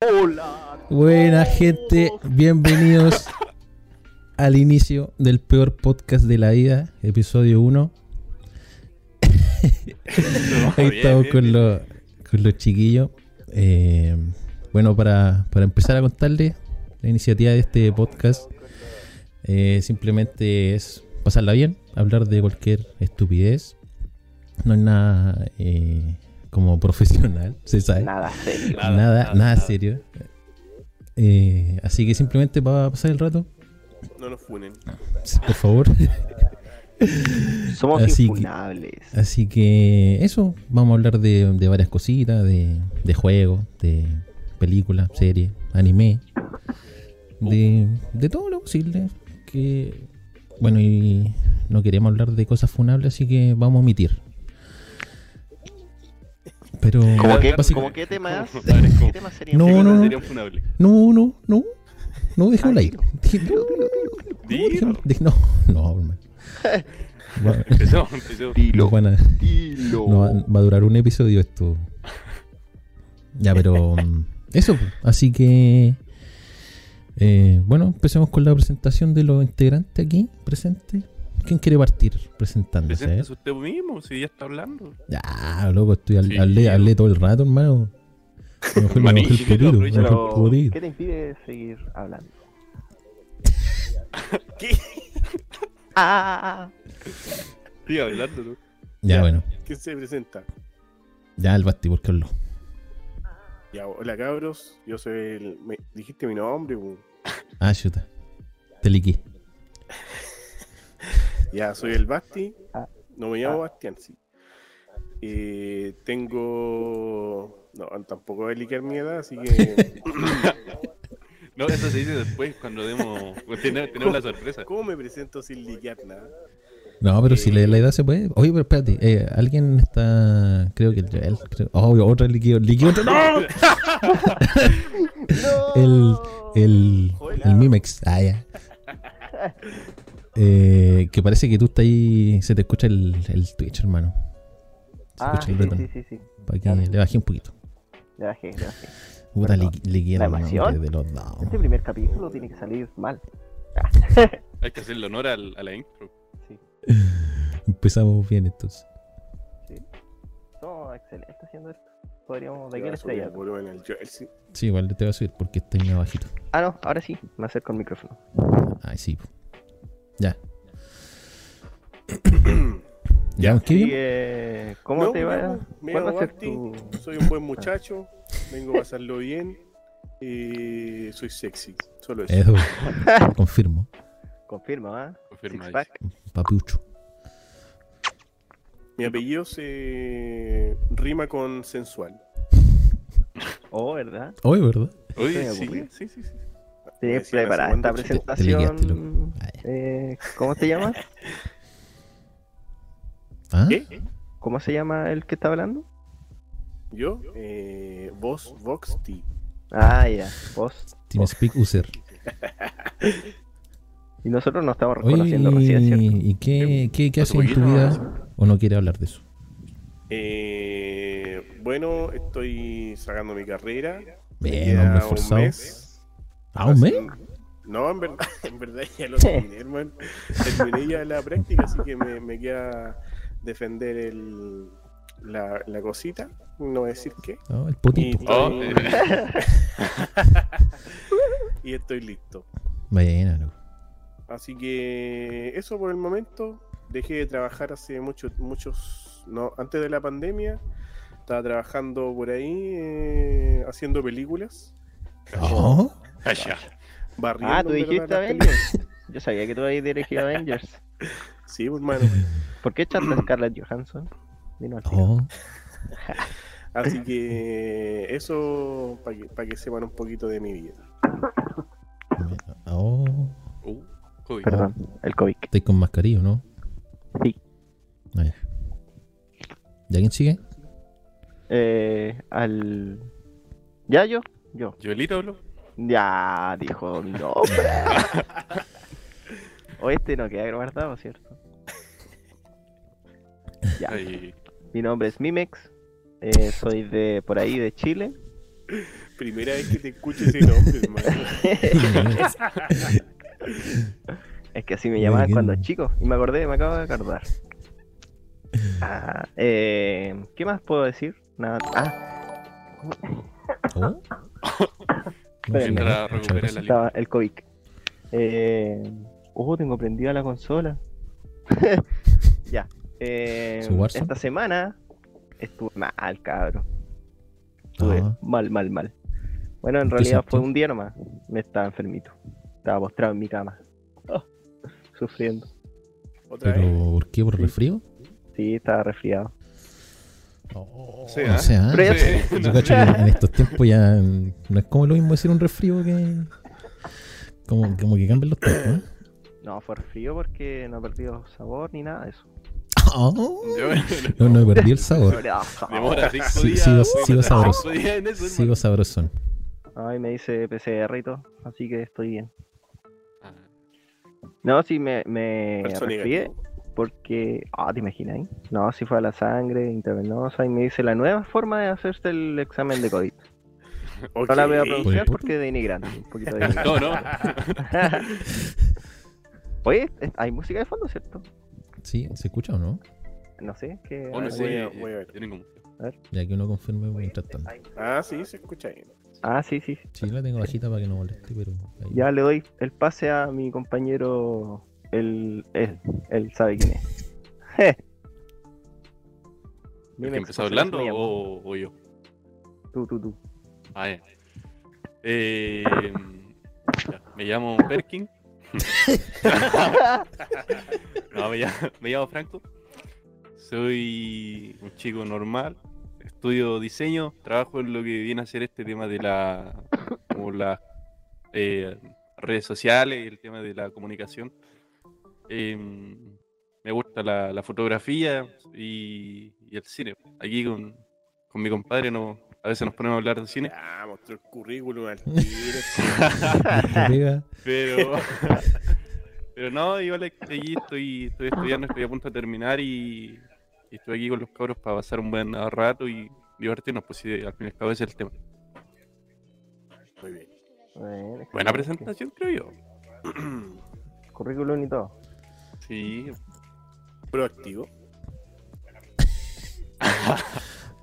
Hola. Buena gente, bienvenidos al inicio del peor podcast de la vida, episodio 1. Ahí bien, estamos bien, con, bien. Los, con los chiquillos. Eh, bueno, para, para empezar a contarles la iniciativa de este podcast, eh, simplemente es pasarla bien, hablar de cualquier estupidez. No es nada eh, como profesional, se sabe Nada serio. nada, nada, serio. Eh, así que simplemente para pasar el rato, No nos funen. sí, por favor. Somos Así que- infunables. Así que eso, vamos a hablar de, de varias cositas, de, de juegos, de películas, series, anime, de, de todo lo posible. Que, bueno, y no queremos hablar de cosas funables, así que vamos a omitir. Pero... ¿Cómo que, básica- ¿cómo qué temas? Como padres, ¿Qué como- temas serían? No, ¿Qué Sí, cosas no, no. serían funables? No, no, no. No, déjalo Ay, ahí. No, Dilo. no, no, no, hermano. Va, Empezamos, empezamos. nos Dilo. van a- Dilo. no va, va a durar un episodio esto. Ya, pero mm, eso. pues. Así que, eh, bueno, empecemos con la presentación de los integrantes aquí presentes. ¿Quién quiere partir presentándose? eh? Preséntese usted mismo, si ya está hablando. Ya, loco, estoy al- Sí, hablé, yo. hablé todo el rato, hermano. Me bajó- me bajó el Maní, potito, me aprovecha bajó el Pero, potito. ¿qué te impide seguir hablando? ¿Qué? Ah, Sigue hablando, ¿no? Ya, bueno. ¿Quién se presenta? Ya, el Basti, porque habló. Ya, hola cabros, yo soy el... me- dijiste mi nombre, bu. Ah, chuta. Te liqué. ya, soy el Basti, Ah. no me llamo Bastián, sí. Eh, tengo... no, tampoco voy a liquear mi edad, así que... No, eso se dice después, cuando demos. Tenemos, tenemos la sorpresa. ¿Cómo me presento sin liquear nada? No, pero si la, la edad se puede. Oye, pero espérate. eh, Alguien está. Creo que el Joel. creo- Oh, otro líquido. Líquido. otro- ¡No! El, el, el Mimex. Ah, ya. Eh, que parece que tú estás ahí. Se te escucha el, el Twitch, hermano. Se ah, escucha sí, el retorno. sí, sí, sí. Para que claro. le bajé un poquito. Le bajé, le bajé. Puta, Perdón. liqui- liquido, La hermano, emoción. de- de los dados. Este primer capítulo tiene que salir mal. Hay que hacerle honor al- a la intro. Empezamos bien entonces. No, excelente haciendo esto. Podríamos... ¿De Le qué voy le a subir el estrella? volumen al Joel, sí. Sí, igual te va a subir porque está muy abajito. Ah, no, ahora sí. Me acerco al micrófono. Ay, sí. po. Ya. Ya, ya, qué Sí, bien. eh, ¿Cómo No, te va? me ¿Cuál va llamo a ser Basti, tu...? Soy un buen muchacho, vengo a pasarlo bien, eh, soy sexy, solo eso. Eso, confirmo, Confirma, ¿ah? Confirma, Six pack. papiucho. Mi apellido se rima con sensual. Oh, ¿verdad? Hoy, ¿verdad? Oye, Estoy sí, aburrido. sí, sí, sí. Sí, Decía la preparada segunda esta chica. Te liquidaste, loco. presentación. Ah, ya. Eh, ¿Cómo te llamas? ¿Ah? ¿Qué? ¿Cómo se llama el que está hablando? Yo, eh, vos, Vox T. Ah, ya, vos. Team Speak User. Y nosotros nos estamos Oye, reconociendo recién, ¿cierto? ¿y qué, qué, qué Hace haces en tu poquito, vida? ¿O no quiere hablar de eso? Eh, bueno, estoy sacando mi carrera. Me Bien, queda hombre un forzado. mes. ¿Ah, un mes? No, en verdad, en verdad ya lo terminé, hermano. Terminé ya la práctica, así que me, me queda defender el, la, la cosita. No voy a decir qué. No, Ah, el Y potito. estoy, Oh, eh, y estoy listo. Bueno, loco. Así que eso por el momento. Dejé de trabajar hace muchos, muchos, no, antes de la pandemia. Estaba trabajando por ahí eh, haciendo películas. Oh, ah, ya. Barriendo, Ah, tú en verdad, dijiste las Avengers. Yo sabía que tú habías dirigido Avengers. películas. Sí, pues, hermano. ¿Por qué echaste a Scarlett Johansson? Dinos al tiro. oh. Así que eso para que, pa' que sepan un poquito de mi vida. oh. Uh, uy. Perdón, el COVID. Estoy con mascarilla, ¿no? Sí. Ah, ya. ¿Ya quién sigue? Eh, al... ¿Ya yo? Yo. ¿Joelito habló? Ya, dijo mi nombre. o este no queda guardado, ¿cierto? Ya. Ay, Mi nombre es Mimex. eh, soy de por ahí, de Chile. Primera vez que te escucho ese nombre, hermano. Es que así me Oye, llamaban ¿quién? cuando chico. Y me acordé, me acabo de acordar. Ah, eh, ¿Qué más puedo decir? Nada. Ah, ¿Oh? No, sí, Mientras no, muchas recupera gracias. la estaba el COVID. Eh, oh, tengo prendida la consola. ya. Eh, ¿Su Warzone? esta semana estuve mal, cabrón. Estuve Ah. mal, mal, mal. Bueno, en ¿Qué realidad fue sentiste? un día nomás. Me estaba enfermito. Estaba postrado en mi cama. Ah, sufriendo. Otra ¿Pero vez. por qué? ¿Por refrío? Sí, estaba resfriado. Sí, O ¿ah? sea, Pero yo cacho que en estos tiempos ya mm, no es como lo mismo decir un refrío que. Como, como que cambian los tiempos. ¿eh? No, fue resfrío porque no perdió sabor ni nada de eso. Oh, Yo, no, no perdí el sabor. demora cinco Sí, días. sigo- güey, sigo demora sabroso. cinco días en eso, Sigo hermano. sabrosón. Ay, me dice PCR y todo, así que estoy bien. Ah, No, sí, me, me Falso resfrié porque... Ah, ¿te imaginas? eh? No, sí fue a la sangre intravenosa y me dice la nueva forma de hacerse el examen de COVID. Ok. No la voy a pronunciar Pues, porque es denigrante, un poquito denigrante. Ah, No, no. Oye, es- hay música de fondo, ¿cierto? Sí, ¿se escucha o no? No sé, es que... Oh, no hay- Voy sé. a- voy a ver. tienen como- Ya que uno confirme mientras tanto. Ah, sí, se escucha bien. Ah, sí, sí. Sí, la tengo bajita para que no moleste, pero. ahí- Ya le doy el pase a mi compañero, él, él, él sabe quién es. ¿El Dime, que empezó José, hablando ¿cómo se llama? o, o yo? Tú, tú, tú. Ah, ya. Eh, ya, me llamo Perkin. no, me llamo, me llamo Franco. Soy un chico normal. Estudio diseño. Trabajo en lo que viene a ser este tema de la, como las eh, redes sociales, el tema de la comunicación. Eh, me gusta la, la fotografía y, y el cine. Aquí con, con mi compadre no, a veces nos ponemos a hablar de cine. Ah, mostró el currículum al tiro. Te pega. Pero, pero no, igual aquí estoy, estoy estudiando, estoy a punto de terminar y, y estoy aquí con los cabros para pasar un buen rato y divertirnos, pues sí, al fin y al cabo ese es el tema. Muy bien. Bueno, Buena excelente. presentación, creo yo. Currículum y todo. Sí, Proactivo.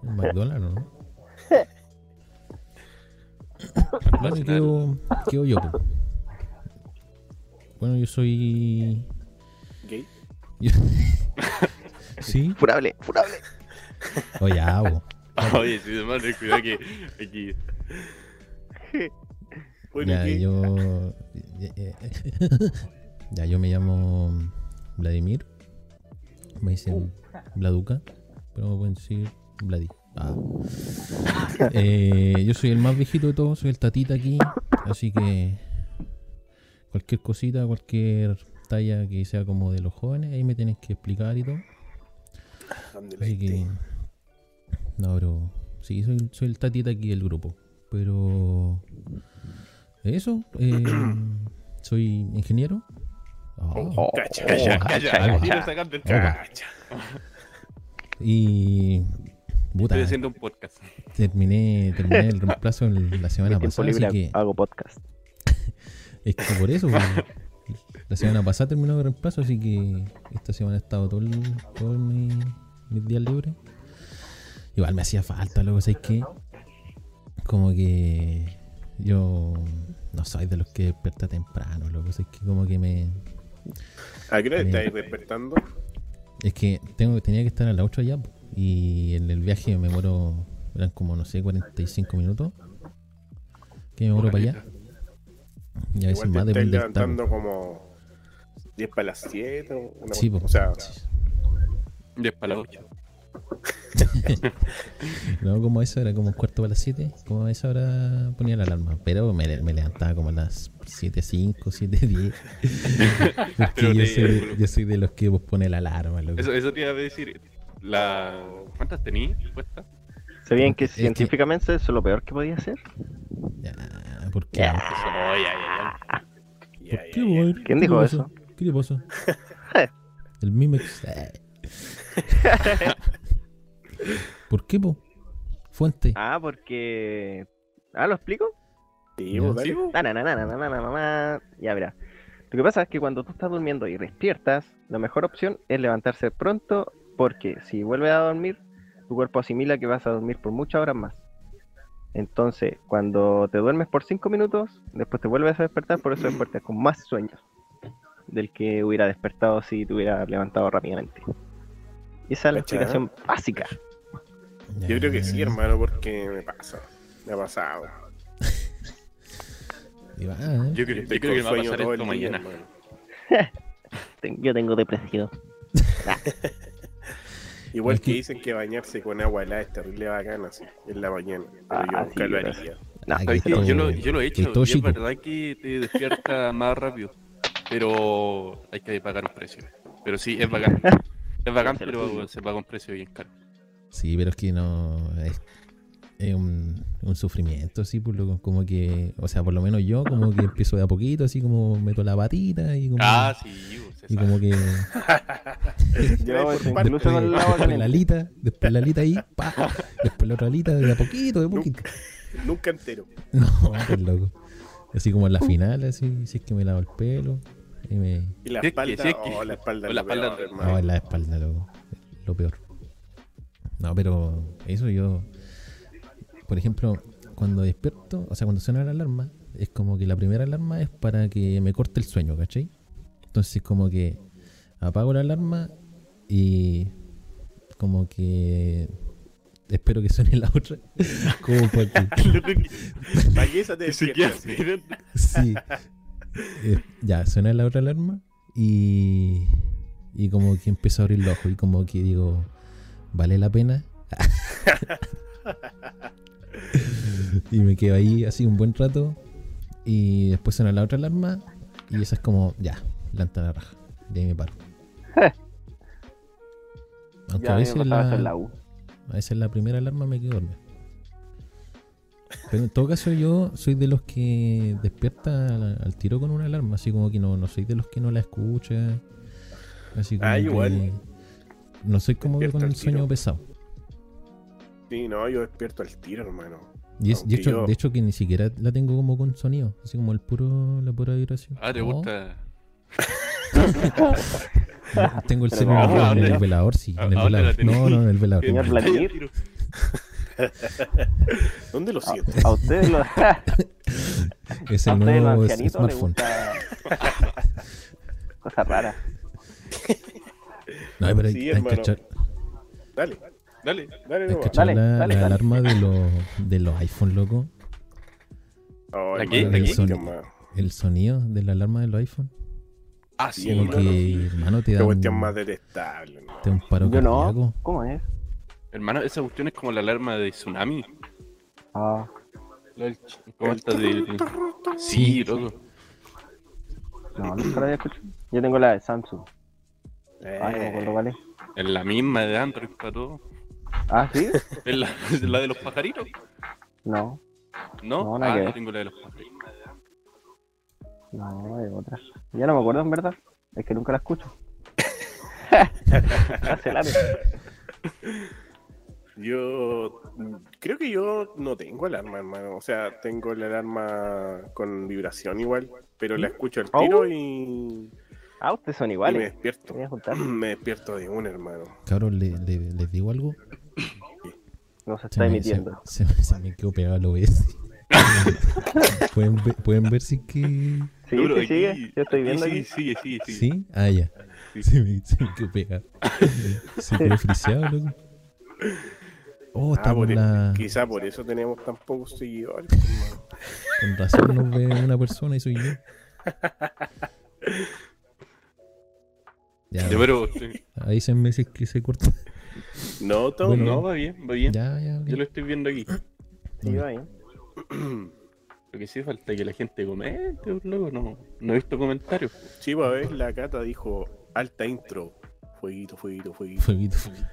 Un McDonald's, ¿no? bueno, y Nacional. quedo, quedo yo. po. Bueno, yo soy. Gay. Sí. Furable, furable. Oye, ah, po. oye, sí, hermano, cuidado que aquí. Bueno, Ya, gay. yo. ya, yo me llamo Vladimir. Me dicen Vladuca. Pero me pueden decir Vladi. Ah. Eh, yo soy el más viejito de todos, soy el tatita aquí. Así que. Cualquier cosita, cualquier talla que sea como de los jóvenes, ahí me tienes que explicar y todo. Ándale, Así que. este. No, pero. Sí, soy, soy el tatita aquí del grupo. Pero. Eso. eh, soy ingeniero. Oh. Cacha, Calla, ah, calla, calla. aquí lo sacan del Opa. Cacha. Y. Puta, Estoy haciendo un podcast. terminé, terminé el reemplazo el- la semana Mi tiempo pasada. libre Así que, hago podcast. es que por eso. pues, la semana pasada terminó el reemplazo, así que esta semana he estado todo, el- todo mi, mis días libres. Igual me hacía falta, luego, ¿sabes qué? Como que yo no soy de los que despierta temprano, loco, ¿sabes qué? Como que me. ¿A qué hora te Bien. estáis despertando? Eh, Es que tengo, tenía que estar a las 8 allá po, y en el viaje me muero, eran como, no sé, 45 minutos. Que me muero para allá. Y a veces Igual más te estáis depende del tarde. levantando como 10 para las 7. o Una Sí, cosa- po. o sea, Diez para la ocho. No, como eso era como un cuarto para las 7. Como a esa hora ponía la alarma. Pero me, le- me levantaba como a las 7.05, 7.10. Pero Porque yo te- soy, yo soy de los que pospone la alarma. loco. Eso, eso te iba a decir. La... ¿Cuántas tenías puestas? ¿Sabían que Es que- científicamente eso es lo peor que podía hacer? Ya, ¿por qué? Ya. Ay, ay, ay, ay. ya, ¿Por ya, qué, ya. weón? ¿Quién ¿Qué dijo le eso? pasó? ¿Qué le pasó? El Mimex. Eh. ¿Por qué, po? Fuente. Ah, Ah, porque Ah, ¿lo explico? Sí, Ya. vos, dale. Sí, po. Na, na, na, na, na, na, na, na, na, na. Ya verá. Lo que pasa es que cuando tú estás durmiendo y despiertas, la mejor opción es levantarse pronto porque si vuelves a dormir, tu cuerpo asimila que vas a dormir por muchas horas más. Entonces, cuando te duermes por 5 minutos, después te vuelves a despertar, por eso despiertas con más sueños del que hubiera despertado si te hubiera levantado rápidamente. Y esa es la Cacha. explicación básica. Yo creo que Eh. sí, hermano, porque me pasa. Me ha pasado. Iván, ¿eh? Yo creo, yo Estoy creo que me va a con sueño pasar todo esto el día, mañana. hermano. Ten- Yo tengo depresión. Igual Es que que- dicen que bañarse con agua helada es terrible bacana, así, en la mañana. Pero Ah, yo sí, nunca lo pero- haría. No, Ay, ¿Sabes que qué? todo- yo, lo, yo lo he que hecho, todo y es chico. verdad que te despierta más rápido, pero hay que pagar un precio. Pero sí, es bacán. Es bacán, Se lo pero juro. se paga un precio bien caro. Sí, pero es que no. Es, es un, un sufrimiento, así, por lo, como que. O sea, por lo menos yo, como que empiezo de a poquito, así como meto la patita y como. Ah, sí, bo, se y sabe. como que. Yo, Por parte- incluso con el agua después la caliente. alita, después la alita ahí, pa, después la otra alita, de a poquito, de a poquito. Nunca entero. No, pues loco. Así como en la final, así, si es que me lavo el pelo. Y me. Y la Si es que- espalda, si es que- oh, la espalda, o es la lo peor, espalda- hermano. No, en la espalda, loco. Lo peor. No, pero eso yo. Por ejemplo, cuando despierto, o sea, cuando suena la alarma, es como que la primera alarma es para que me corte el sueño, ¿cachai? Entonces, como que apago la alarma y. Como que. Espero que suene la otra. Como para que- Loco, que- pa' que esa te Ni siquiera- despiertas, sí. Sí. Eh, ya, suena la otra alarma y, y como que empiezo a abrir los ojos y como que digo, ¿vale la pena? y me quedo ahí así un buen rato y después suena la otra alarma y esa es como, ya, lanta la raja. Y ahí me paro. Aunque Ya a a mí veces me pasaba eso la- en la U. a veces la primera alarma me quedo dormido. Pero en todo caso yo soy de los que despierta al, al tiro con una alarma, así como que no, no soy de los que no la escucha. Así como Ah, que igual. No soy como que Despierta con al el sueño tiro. pesado. Sí, no, yo despierto al tiro, hermano. Y es, de, Aunque hecho, yo- de hecho que ni siquiera la tengo como con sonido, así como el puro, la pura vibración. Ah, te No, gusta. tengo el Pero celular no, en ahora- el velador, sí. En el ahora la velador. tenés. Ah, No, no, en el velador. Señor no. Blas- ¿Vladimir? Ay, tiro. ¿Dónde Ah. lo siento? A, a ustedes los, a Es el ustedes los nuevo es- ancianitos les smartphone. gusta cosas raras. No, pero hay, Sí, hay que hermano. echar- Dale, Dale. dale, Hay no que echar Dale, la, dale, la dale. alarma de los, de los iPhone, loco. Oh, ¿La hermano, qué? ¿La qué qué? bonito, hermano. El sonido de la alarma de los iPhone. Ah, Sí, sí, Como hermano, que, hermano, te Qué da, un, cuestión más detestable, hermano. te da un paro Yo cardíaco. no. ¿Cómo es? Hermano, esa cuestión es como la alarma de tsunami. Ah, ¿Cómo estás de.? Sí, loco. no, nunca lo había escuchado. Yo tengo la de Samsung. Ah, no me acuerdo Eh, cuál es. Es la misma de Android para todo. Ah, ¿sí? Es la, es la de los pajaritos. No, No, No, ah, nada que yo ver. tengo la de los pajaritos. no, de otra. Ya no me acuerdo en verdad. Es que nunca la escucho. Cancelame. Yo mm, creo que yo no tengo alarma, hermano. O sea, tengo la alarma con vibración igual, pero la escucho al Oh. tiro y, Ah, ustedes son y me iguales. despierto. Voy a juntar. Me despierto de un hermano. Cabrón, le- le- les digo algo. Nos Se está me, se, emitiendo. se me- se me quedó pegado el OBS. ¿Pueden, ver, pueden ver si es que. Sí, No, pero sí, aquí- sigue. Yo estoy aquí viendo sigue, aquí. sigue, sigue, sigue. ¿Sí? Ah, ya. Sí. Se me, se me quedó pegado. Se quedó friseado, loco. Oh, Ah, estamos por en e- la. Quizá por eso tenemos tan pocos seguidores. hermano. Con razón nos ve una persona y soy yo. Ya, Ya, pero. sí. ahí se me dice que se corta. No, Tom, Bueno. No, va bien, va bien. Ya, ya, ok. Yo lo estoy viendo aquí. Sí, va bien. Lo que sí falta es que la gente comente, pues, loco. No, no he visto comentarios. sí, pues, a ver, la Cata dijo alta intro. Fueguito, fueguito, fueguito. Fueguito, fueguito.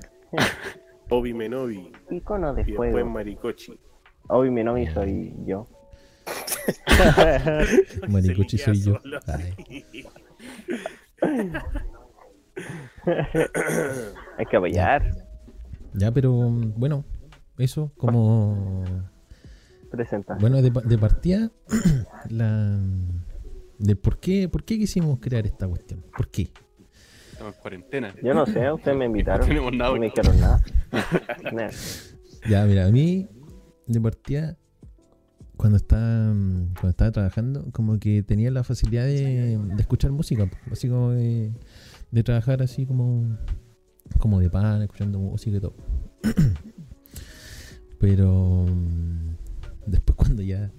Obi Menobi Icono y de después fuego. Maricochi. Obi Menomi soy yo. Maricochi Se le soy yo. queda solo. Ay, Hay que apoyar. ya, pero mm, bueno, eso como presenta. Bueno, de, pa- de partida, la, de por qué, por qué quisimos crear esta cuestión. ¿Por qué? Estamos en cuarentena. Yo no sé, ustedes me No invitaron. tenemos nada. No me dijeron nada. Nah. Ya, mira, a mí, de partida, cuando estaba, mm, cuando estaba trabajando, como que tenía la facilidad de, de escuchar música, po, así como de, de trabajar así como, como de pan, escuchando música y todo. Pero mm, después cuando ya,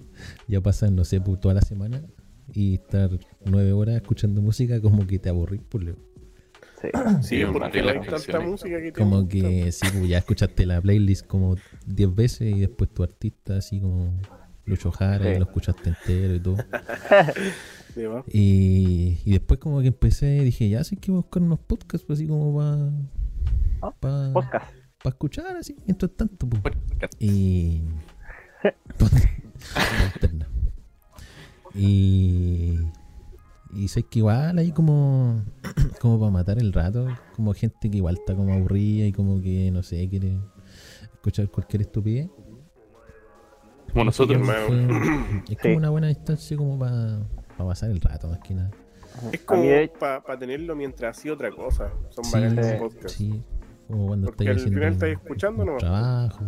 ya pasan, no sé, por toda la semana y estar nueve horas escuchando música, como que te aburrís, por leo. Sí. Sí, Sí, porque Mateo, hay las tanta canciones. música que te Como gusta. que sí, pues, ya escuchaste la playlist como 10 veces y después tu artista, así como Lucho Jara, Sí. ya lo escuchaste entero y todo. De más. Y, y después como que empecé, dije, ya sé que voy a buscar unos podcasts, pues, así como Ah, para pa, Podcast. pa escuchar, así, mientras tanto. pues. Podcast. Y... pues, Alterna. y... Y sé que igual ahí como... Como para matar el rato. Como gente que igual está como aburrida y como que, no sé, quiere escuchar cualquier estupidez. Como nosotros. Digamos, hermano. fue- es como Sí. una buena distancia como para pasar el rato, más que nada. Es A mí, de- como para tenerlo mientras hacía otra cosa. Son Sí, variantes de sí. podcast. sí, como cuando Porque estáis al haciendo final un- estáis escuchando un nomás. trabajo,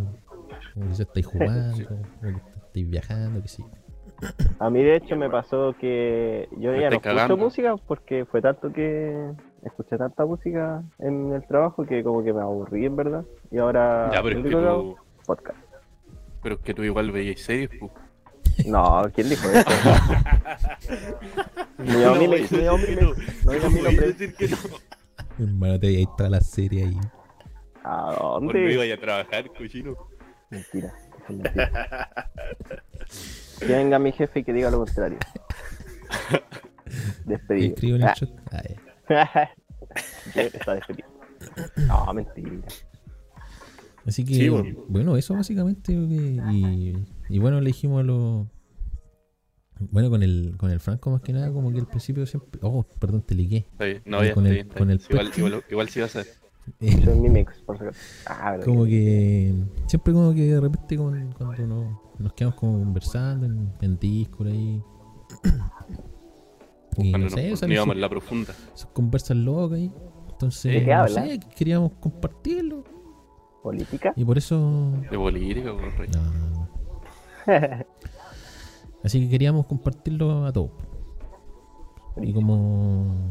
o quizás estáis jugando, o que estáis viajando, que sí. A mí, de hecho, me pasó que yo Me ya no estáis cagando. escucho música porque fue tanto que escuché tanta música en el trabajo que como que me aburrí, en verdad. Y ahora... Ya, pero lo es que único que hago tú, es Podcast. pero es que tú igual veías series, pues. No, ¿quién dijo eso? Ni a No, mí me- voy a ni a decir mí me- que no. no digas voy mi a nombre. decir que no. Hermano, te ahí toda la serie ahí. ¿A Porque dónde? me iba a trabajar, cochino. Mentira. eso es mentira. que venga mi jefe y que diga lo contrario. Despedido. Escribo en el Ah. chat. Ah, ya. Ya Está despedido. No, mentira. Así que, Sí, bueno. bueno. eso básicamente. yo que- Y, y bueno, le dijimos a los. Bueno, con el, con el Franco más que nada, como que al principio siempre. Oh, perdón, te ligué. Está bien, no, ya Con está el- bien. está con bien. el Sí, igual, podcast. igual, igual sí vas a ver. Eh, Soy Mimex, por si acaso. Ah, pero como que. Siempre como que de repente, con- cuando nos, nos quedamos como conversando en, en Discord ahí. Y no Cuando sé, nos salen íbamos sus- en la profunda. sus conversas locas ahí. Entonces, ¿De qué no habla? sé, queríamos compartirlo. ¿Política? Y por eso De política, po, rey. No, no, no. Así que queríamos compartirlo a todos. Y como.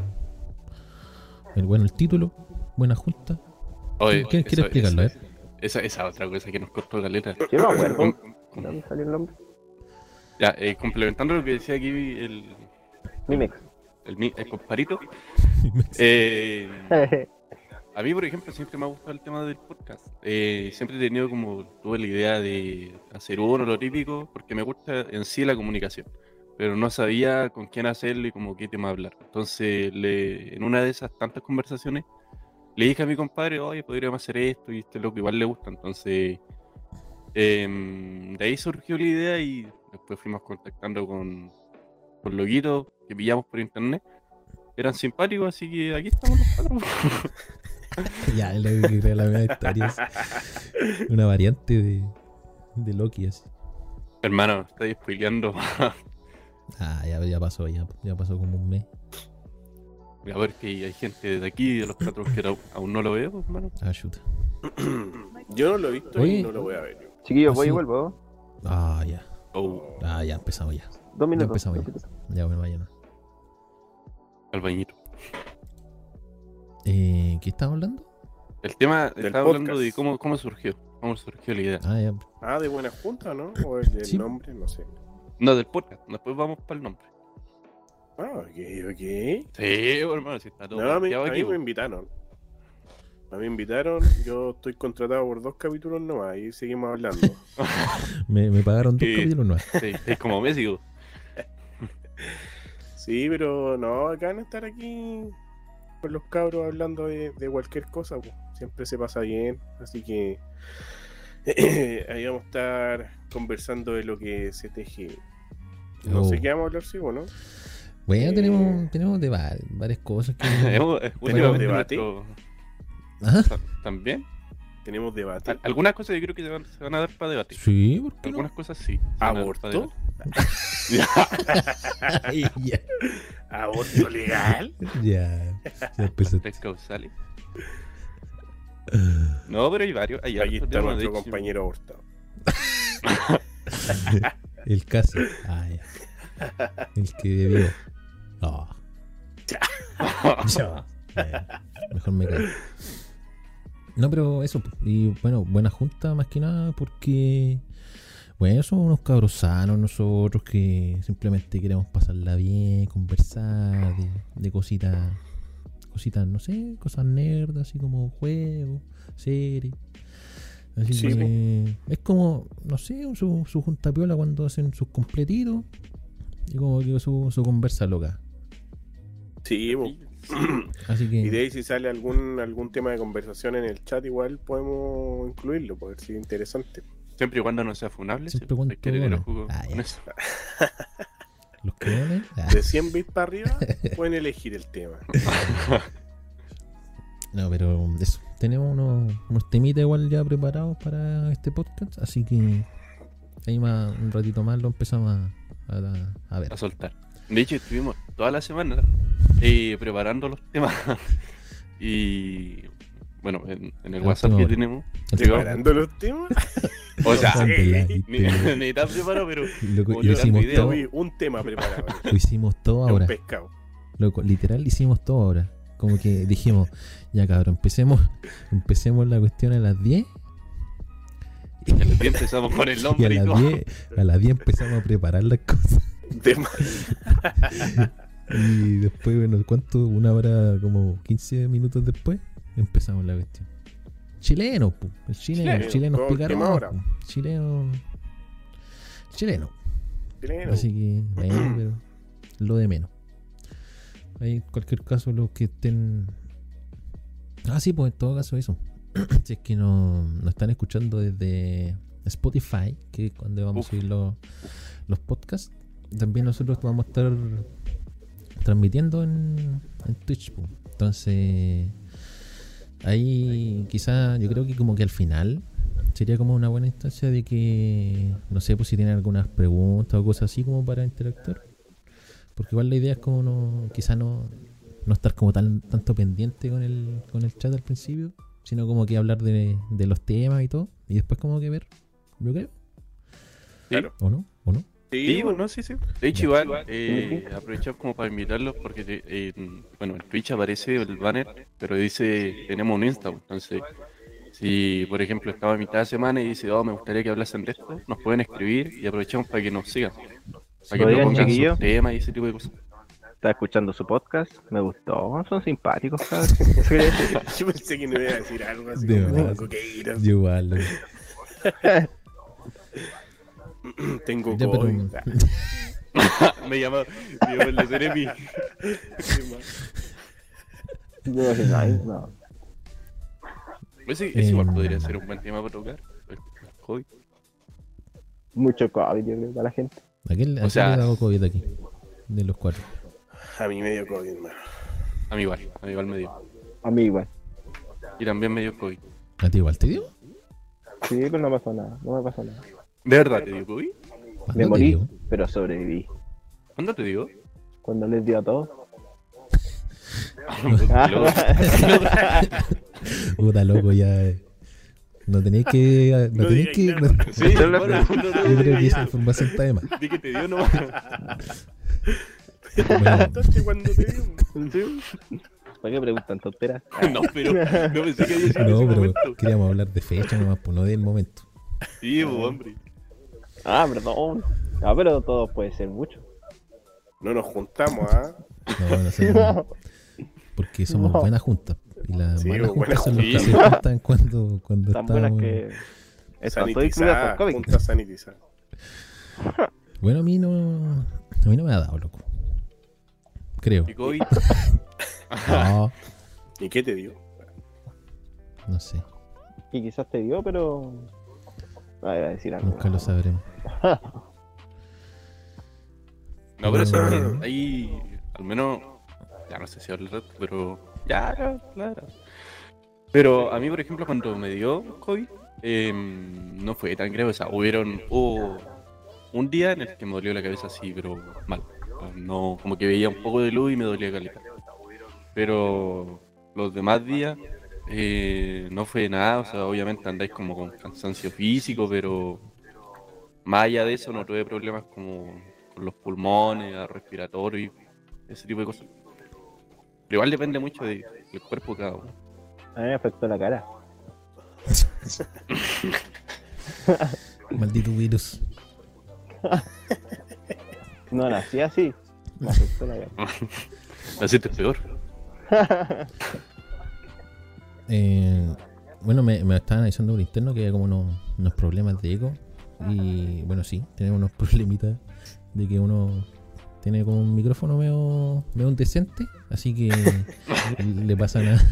El, bueno, el título, Buena Junta. Oye, ¿Quién- quién quiere eso- explicarlo, eso- Esa, esa otra cosa que nos costó la letra. Yo no me acuerdo. Com- ¿De com- dónde salió el nombre? Ya, eh, complementando lo que decía aquí el, Mimex. el, mi- el comparito. eh, a mí, por ejemplo, siempre me ha gustado el tema del podcast. Eh, siempre he tenido como, tuve la idea de hacer uno, lo típico, porque me gusta en sí la comunicación. Pero no sabía con quién hacerlo y como qué tema hablar. Entonces, le- en una de esas tantas conversaciones, le dije a mi compadre, oye, podríamos hacer esto y esto es lo que igual le gusta. Entonces, em, de ahí surgió la idea y después fuimos contactando con, con loguitos que pillamos por internet. Eran simpáticos, así que aquí estamos los cuatro. ya, es lo que crea la media historia. es Una variante de, de Loki así. Hermano, estáis spoileando. Ah, ya, ya pasó, ya, ya pasó como un mes. A ver que hay gente de aquí, de los cuatro que no- aún no lo veo, hermano. Ah, shoot. Yo no lo he visto Oye. y no lo voy a ver. Chiquillos, Así- voy y vuelvo. Ah, ya. Oh, Ah, ya empezamos ya. Dos Ya minutos. empezamos ya. Ya, bueno, mañana. al bañito. Eh, ¿Qué estamos hablando? El tema, Del estaba hablando de podcast. cómo, cómo surgió. Cómo surgió la idea. Ah, ya. Ah, de buena junta, ¿no? O el del Sí. nombre, no sé. No, del podcast. Después vamos para el nombre. Ah, ok, ok. Sí, pues, hermano, si está todo. No, a mí, planteado a mí aquí, pues. me po. invitaron. A mí me invitaron, yo estoy contratado por dos capítulos nomás y seguimos hablando. Me, me pagaron dos Eh. capítulos nuevos. Sí, es como pues. México. Sí, pero no, acá van a estar aquí con los cabros hablando de, de cualquier cosa, po. siempre se pasa bien, así que ahí vamos a estar conversando de lo que se teje. No Oh. sé qué vamos a hablar, sí, ¿o no? Bueno, Eh. tenemos, tenemos de va- varias cosas que... ¿Ah? Hemos- Bueno, últimamente debate. nuestro- Ajá. ¿También? Tenemos debate. Al- Algunas cosas yo creo que se van, se van a dar para debatir. Sí, ¿por qué no? Algunas cosas sí. se van a dar pa' ¿Aborto? debatir. Ay, ya, ¿Aborto legal? ya, ya empezaste. Tres causales. No, pero hay varios. Hay Aquí hartos está temas, de nuestro hecho. compañero abortado. El caso. Ah, ya. El que debió. Ah. Ya. Ya, Mejor me callo. No, pero eso. Y bueno, buena junta más que nada porque. Bueno, somos unos cabros sanos nosotros que simplemente queremos pasarla bien, conversar de, de cositas, cositas, no sé, cosas nerdas, así como juegos, series. Así Sí, que es como, no sé, su, su junta piola cuando hacen sus completitos y como que su, su conversa loca. Sí, bo. Así que... y de ahí si sale algún algún tema de conversación en el chat, igual podemos incluirlo, porque sí, interesante. Siempre y cuando no sea funable. Siempre cuando- hay que tener bueno. ojo Ah, con ya. eso. Los creones. Ah, De 100 bits para arriba, pueden elegir el tema. no, pero eso. Tenemos unos, unos temitas igual ya preparados para este podcast. Así que ahí más, un ratito más lo empezamos a, a- a ver. a soltar. De hecho, estuvimos toda la semana eh, preparando los temas. y bueno, en, en el Ah, WhatsApp no. que tenemos. Llegó. ¿Preparando los temas? O sea, Ándela, y ni, ni tan preparado, pero Lo, como lo yo hicimos grabé todo, video, Uy, un tema preparado. lo hicimos todo Es un ahora. pescado. Loco, literal hicimos todo ahora. Como que dijimos, ya cabrón, empecemos, empecemos la cuestión a las 10. que al día empezamos con el Y a nombre y, las todo. 10, a las 10 empezamos a preparar las cosas. Tema. Y después, bueno, ¿cuánto? Una hora, como 15 minutos después, empezamos la cuestión. Chileno, pu. El chileno, Chileno, chilenos todo picaron. quemado ahora. pu. Chileno. Chileno. Chileno. Así que, bueno, pero lo de menos. Ahí, en cualquier caso, los que estén. Ah, sí, pues en todo caso, eso. si es que no- nos están escuchando desde Spotify, que es donde vamos a Uf. subir los, los podcasts, también nosotros vamos a estar transmitiendo en, en Twitch. pues. Entonces, ahí quizá, yo creo que como que al final sería como una buena instancia de que, no sé, pues si tienen algunas preguntas o cosas así como para interactuar. Porque igual la idea es como no, quizá no, no estar como tan, tanto pendiente con el, con el chat al principio, sino como que hablar de, de los temas y todo, y después como que ver, yo creo, Claro. ¿o no? ¿O no? Sí, bueno, sí, sí. De hecho, igual, eh, Ujú. aprovechamos como para invitarlos porque, eh, en- bueno, en Twitch aparece el banner, pero dice, tenemos un Insta, entonces, si, por ejemplo, estaba a mitad de semana y dice, oh, me gustaría que hablasen de esto, nos pueden escribir y aprovechamos para que nos sigan, para que Lo digan, propongan chiquillo. sus temas y ese tipo de cosas. Estaba escuchando su podcast, me gustó, son simpáticos, cabrón. Eso quería decir. Yo pensé que no iba a decir algo así. De como, verdad. tengo que ir, Yo igual. loco. tengo Ya, pero- COVID. me llama, me llama la Ceremi. Yo dije, "Ay, no". Pues sí, es Eh. igual, Em. podría ser un buen tema para tocar. el COVID. Mucho COVID, yo creo, para la gente. ¿A quién le- O a quién sea- le ha dado COVID aquí? De los cuatro. A mí medio COVID, hermano. A mí igual, a mí igual me dio. A mí igual. Y también me dio COVID. ¿A ti igual te dio? Sí, pero no pasó nada, no me pasó nada. ¿De verdad te dio COVID? ¿Cuándo Me te morí, dio? pero sobreviví. ¿Cuándo te dio? Cuando les dio a todos. Luego- Puta loco, ya. eh. No tenéis que. No, No tenéis digáis que. nada. no- Sí, Yo lo- bueno, no, no, yo no, creo que ya. esa información está de más. Di que te dio no. Bueno, Entonces, cuando te digo, ¿Para qué preguntan tonteras? No, pero no pensé que había sido en ese no, é momento. pero queríamos hablar de fecha nomás, pues no del momento. Sí, bo, hombre. Ah, perdón. Ah, pero todo puede ser mucho. No nos juntamos, ¿ah? No, no sé. no. Porque somos No. buenas juntas. Y las Sí, pues, malas buenas juntas son las que se juntas. juntan cuando, cuando Tan buenas estamos- que. Están todas incluidas Sanitizada, por COVID. junta sanitizada. Bueno, a mí no. A mí no me ha dado, loco. Creo. Y COVID. No, ¿Y qué te digo? no sé. Que quizás te dio, pero. Ah, iba a decir algo. Nunca lo sabremos. No, pero eh, eso que ahí al menos ya no sé si hablar, pero ya, claro. Pero a mí, por ejemplo, cuando me dio COVID, em, no fue tan grave. O sea, hubieron hubo un día en el que me dolió la cabeza así, pero mal. No, como que veía un poco de luz y me dolía caleta. Pero los demás días eh, no fue nada. O sea, obviamente andáis como con cansancio físico, pero más allá de eso no tuve problemas como con los pulmones, respiratorios, ese tipo de cosas. Pero igual depende mucho de- del cuerpo de cada uno. A mí me afectó la cara. Maldito virus. No nací así. Me afectó la cara. La sientes peor. Eh, bueno, me, me estaban avisando por interno que había como unos, unos problemas de eco. Y bueno, sí, tenemos unos problemitas de que uno tiene como un micrófono medio, medio indecente. Así que le pasa nada,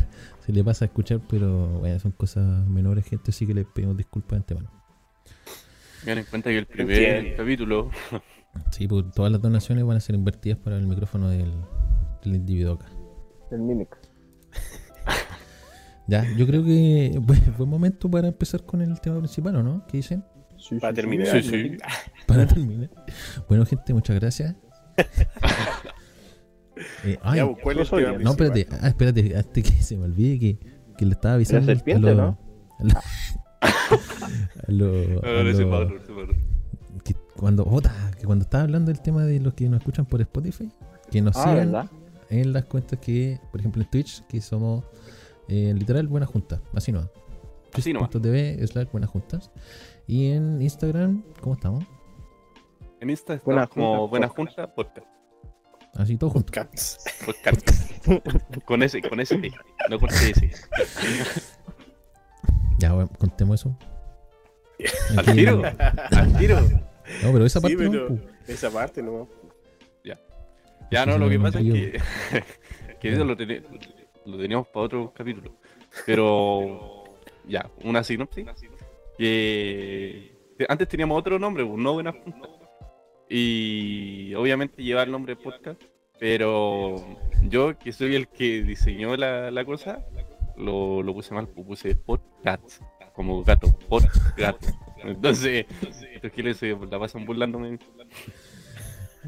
se le pasa a escuchar, pero bueno, son cosas menores, gente. Así que le pedimos disculpas de antemano. Tengan en cuenta que el primer Entiendo. capítulo Sí, pues todas las donaciones van a ser invertidas para el micrófono del, del individuo acá. El Mimic. Ya, yo creo que buen, buen momento para empezar con el tema principal, ¿o no? ¿Qué dicen? Sí, Para terminar. Sí, sí. Para terminar. Bueno, gente, muchas gracias. Eh, ay, Ya, pues, ¿cuál es no soy el tema yo. no, principal? espérate, ah, espérate, antes que se me olvide que, que le estaba avisando. a serpiente, los- ¿no? a los- a los- a Ahora ese los- Pablo, ese Pablo. que cuando, ota, que cuando estaba hablando del tema de los que nos escuchan por Spotify, que nos Ah, sigan ¿verdad? en las cuentas que, por ejemplo, en Twitch, que somos eh, literal Buenas Juntas, así no. Así nomás. Twitch.tv slash Buenas Juntas. Y en Instagram, ¿cómo estamos? En Insta estamos Buena como junta, Buena Junta Podcast. Así todo junto. Cats. Podcast. con ese, con ese T, no con ese. Ya, bueno, contemos eso. Al Aquí- tiro, al tiro. No, pero esa Sí, parte no, pero pu. esa parte no. Ya no, Sí, lo que no, pasa es yo- que, que eso lo, tené- lo teníamos para otro capítulo. Pero ya, una sinopsis. Que antes teníamos otro nombre, pues, no buena Junta. Y obviamente lleva el nombre podcast. Pero yo, que soy el que diseñó la, la cosa, lo, lo puse mal, pues, puse podcast. Como gato, podcast. Entonces, estos giles se la pasan burlándome.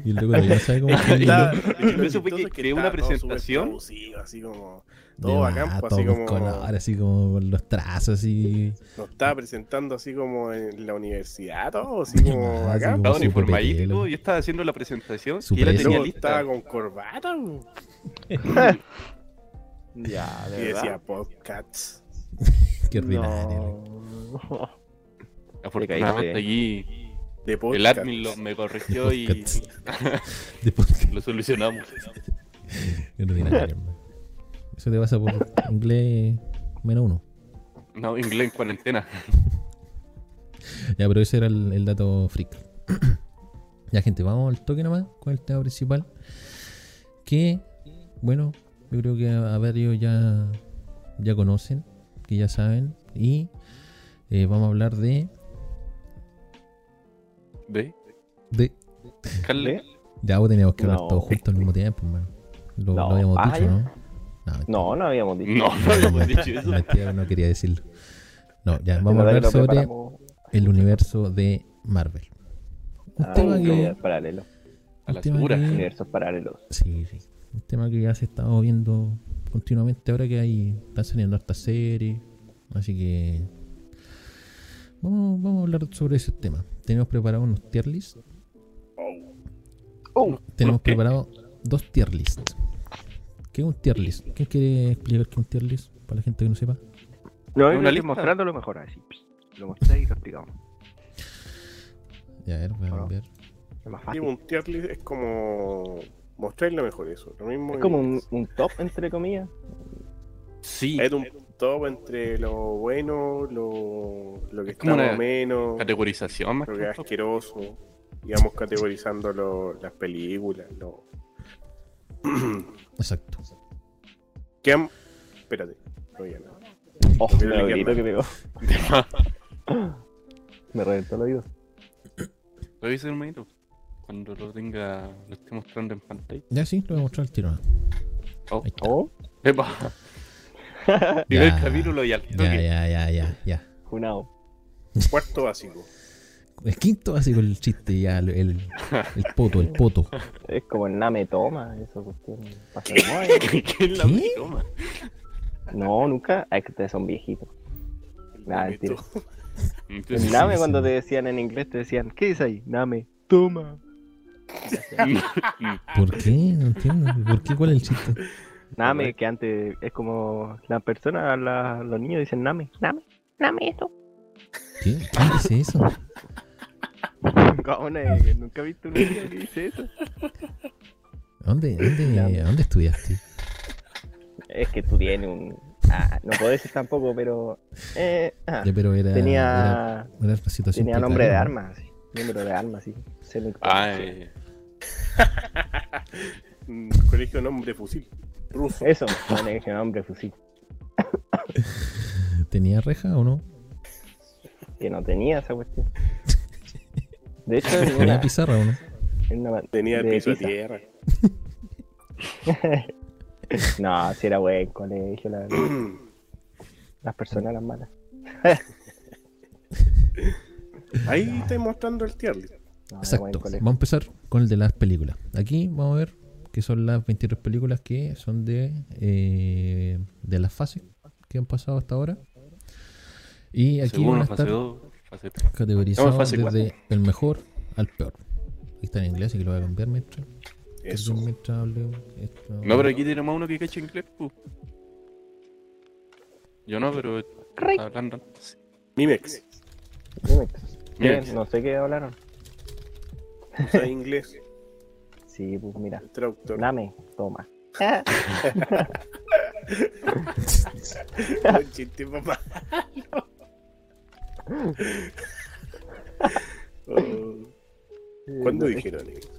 Y luego todavía no sabe cómo escribirlo. Está- lo que lo supe chistoso que es creé una está todo súper presentación. traducido, así como De todo más, bacán, pues, todo así con como- color, así como con los trazos, así. nos estaba presentando así como en la universidad, todo así como Ah, sí, acá. como- Estaba súper uniformadísimo, pelo. yo estaba haciendo la presentación y Súper la Y tenía luego lista. estaba con corbata bu. Ya, y de decía verdad. podcast. Qué ordinario. eh. No. Afortunadamente aquí De podcast. el admin lo- me corrigió y De podcast. lo solucionamos. Qué ordinario, hermano. Eso te pasa por inglés menos uno. No, inglés en cuarentena. Ya, pero ese era el, el dato freak. ya, gente, vamos al toque nomás con el tema principal. Que, bueno, yo creo que a a varios ya, ya conocen, que ya saben. Y eh, vamos a hablar de, ¿Ve? de. Carle, Ya vos teníamos que hablar No. todos juntos al mismo tiempo, hermano. Lo, No, lo habíamos ah, dicho, ya. ¿no? No, mentira. No, no habíamos dicho. No, no habíamos dicho eso. Mentira, no quería decirlo. No, ya, De vamos a verdad que hablar lo sobre preparamos el universo de Marvel. Un a tema un que, universo Ah, paralelo. A un la tema segura. que- Universos paralelos. Sí, sí. Un tema que ya se está viendo continuamente ahora que hay. Están saliendo hartas series. Así que. Vamos, vamos a hablar sobre ese tema. Tenemos preparado unos tier lists. Oh, Tenemos ¿Unos qué? preparado dos tier lists. ¿Qué es un tier list? ¿Quién quiere explicar qué es un tier list? Para la gente que no sepa. no, ¿Una una lista? mostrando lo mejor así. pss, Lo mostré y lo explicamos. Ya, a ver, voy a Ah. ver. Es más Sí, fácil. un tier list es como mostrar lo mejor eso. Lo mismo Es en como un, inglés. un top, entre comillas. Sí, es un top entre lo bueno, lo, lo que Es está como más una o menos, categorización más lo que que es otro. asqueroso. Íbamos categorizando lo- las películas, lo, Exacto. que han- Espérate, no diga nada. Oh, Mira el la grito izquierda. que pegó. Me reventó el oído. Revisen un minuto. Cuando lo tenga, lo esté mostrando en pantalla. Ya sí, lo voy a mostrar al tiro. Oh, Ahí está. Oh, epa. Primer Ya. capítulo y al Ya, toque. ya, ya, ya, ya. Junao. Cuarto básico. El quinto así con el chiste, ya, el, el, el poto, el poto. Es como el Name Toma, eso cuestión. Pasa de moda. ¿Qué es la ¿Qué? broma? No, nunca. Ah, Es que ustedes son viejitos. Nah, mentira. Entonces, El Sí, Name, sí, cuando sí. te decían en inglés, te decían, ¿qué dice ahí? Name Toma. ¿Por qué? No entiendo. ¿Por qué? ¿Cuál es el chiste? Name, que antes es como las personas, la- los niños dicen Name. Name, Name esto. ¿Qué? ¿Quién dice eso? Cabrones, que nunca he visto un niño que dice eso. ¿Dónde, dónde, dónde estudiaste? Es que tú tienes un. Ah, no puedo decir tampoco, pero. Eh, ah, Ya, pero era, era, tenía. era una situación Tenía nombre de precaria. armas, sí. Número de armas, sí. Se lo- Ay, Mm, Colegio nombre fusil. Ruso. Eso, no le dije nombre, pues fusil. ¿Tenía reja o no? Que no tenía esa cuestión. De hecho, en ¿Tenía una, Ah, pizarra o no? en una- Tenía el de piso de pizza. tierra. No, si era buen colegio, la verdad. Las personas eran malas. Ahí estáis mostrando el tier list. No, era buen Exacto. Vamos colegio. a empezar con el de las películas. Aquí vamos a ver que son las 23 películas que son de, eh, de las fases que han pasado hasta ahora. Y aquí según van a fase estar 2, fase categorizados fase desde el mejor al peor. Aquí está en inglés, así que lo voy a cambiar mientras. Eso. mientras hable esto. No, pero aquí tenemos uno que cacha inglés, pu. Yo no, pero está hablando. antes. Mimex. Dime, Mira, ¿qué? No sé qué hablaron. Usa inglés. Sí, pues mira. El traductor. Dame, toma. Buen chiste, papá. Oh, ¿Cuándo Eh, dijeron eso?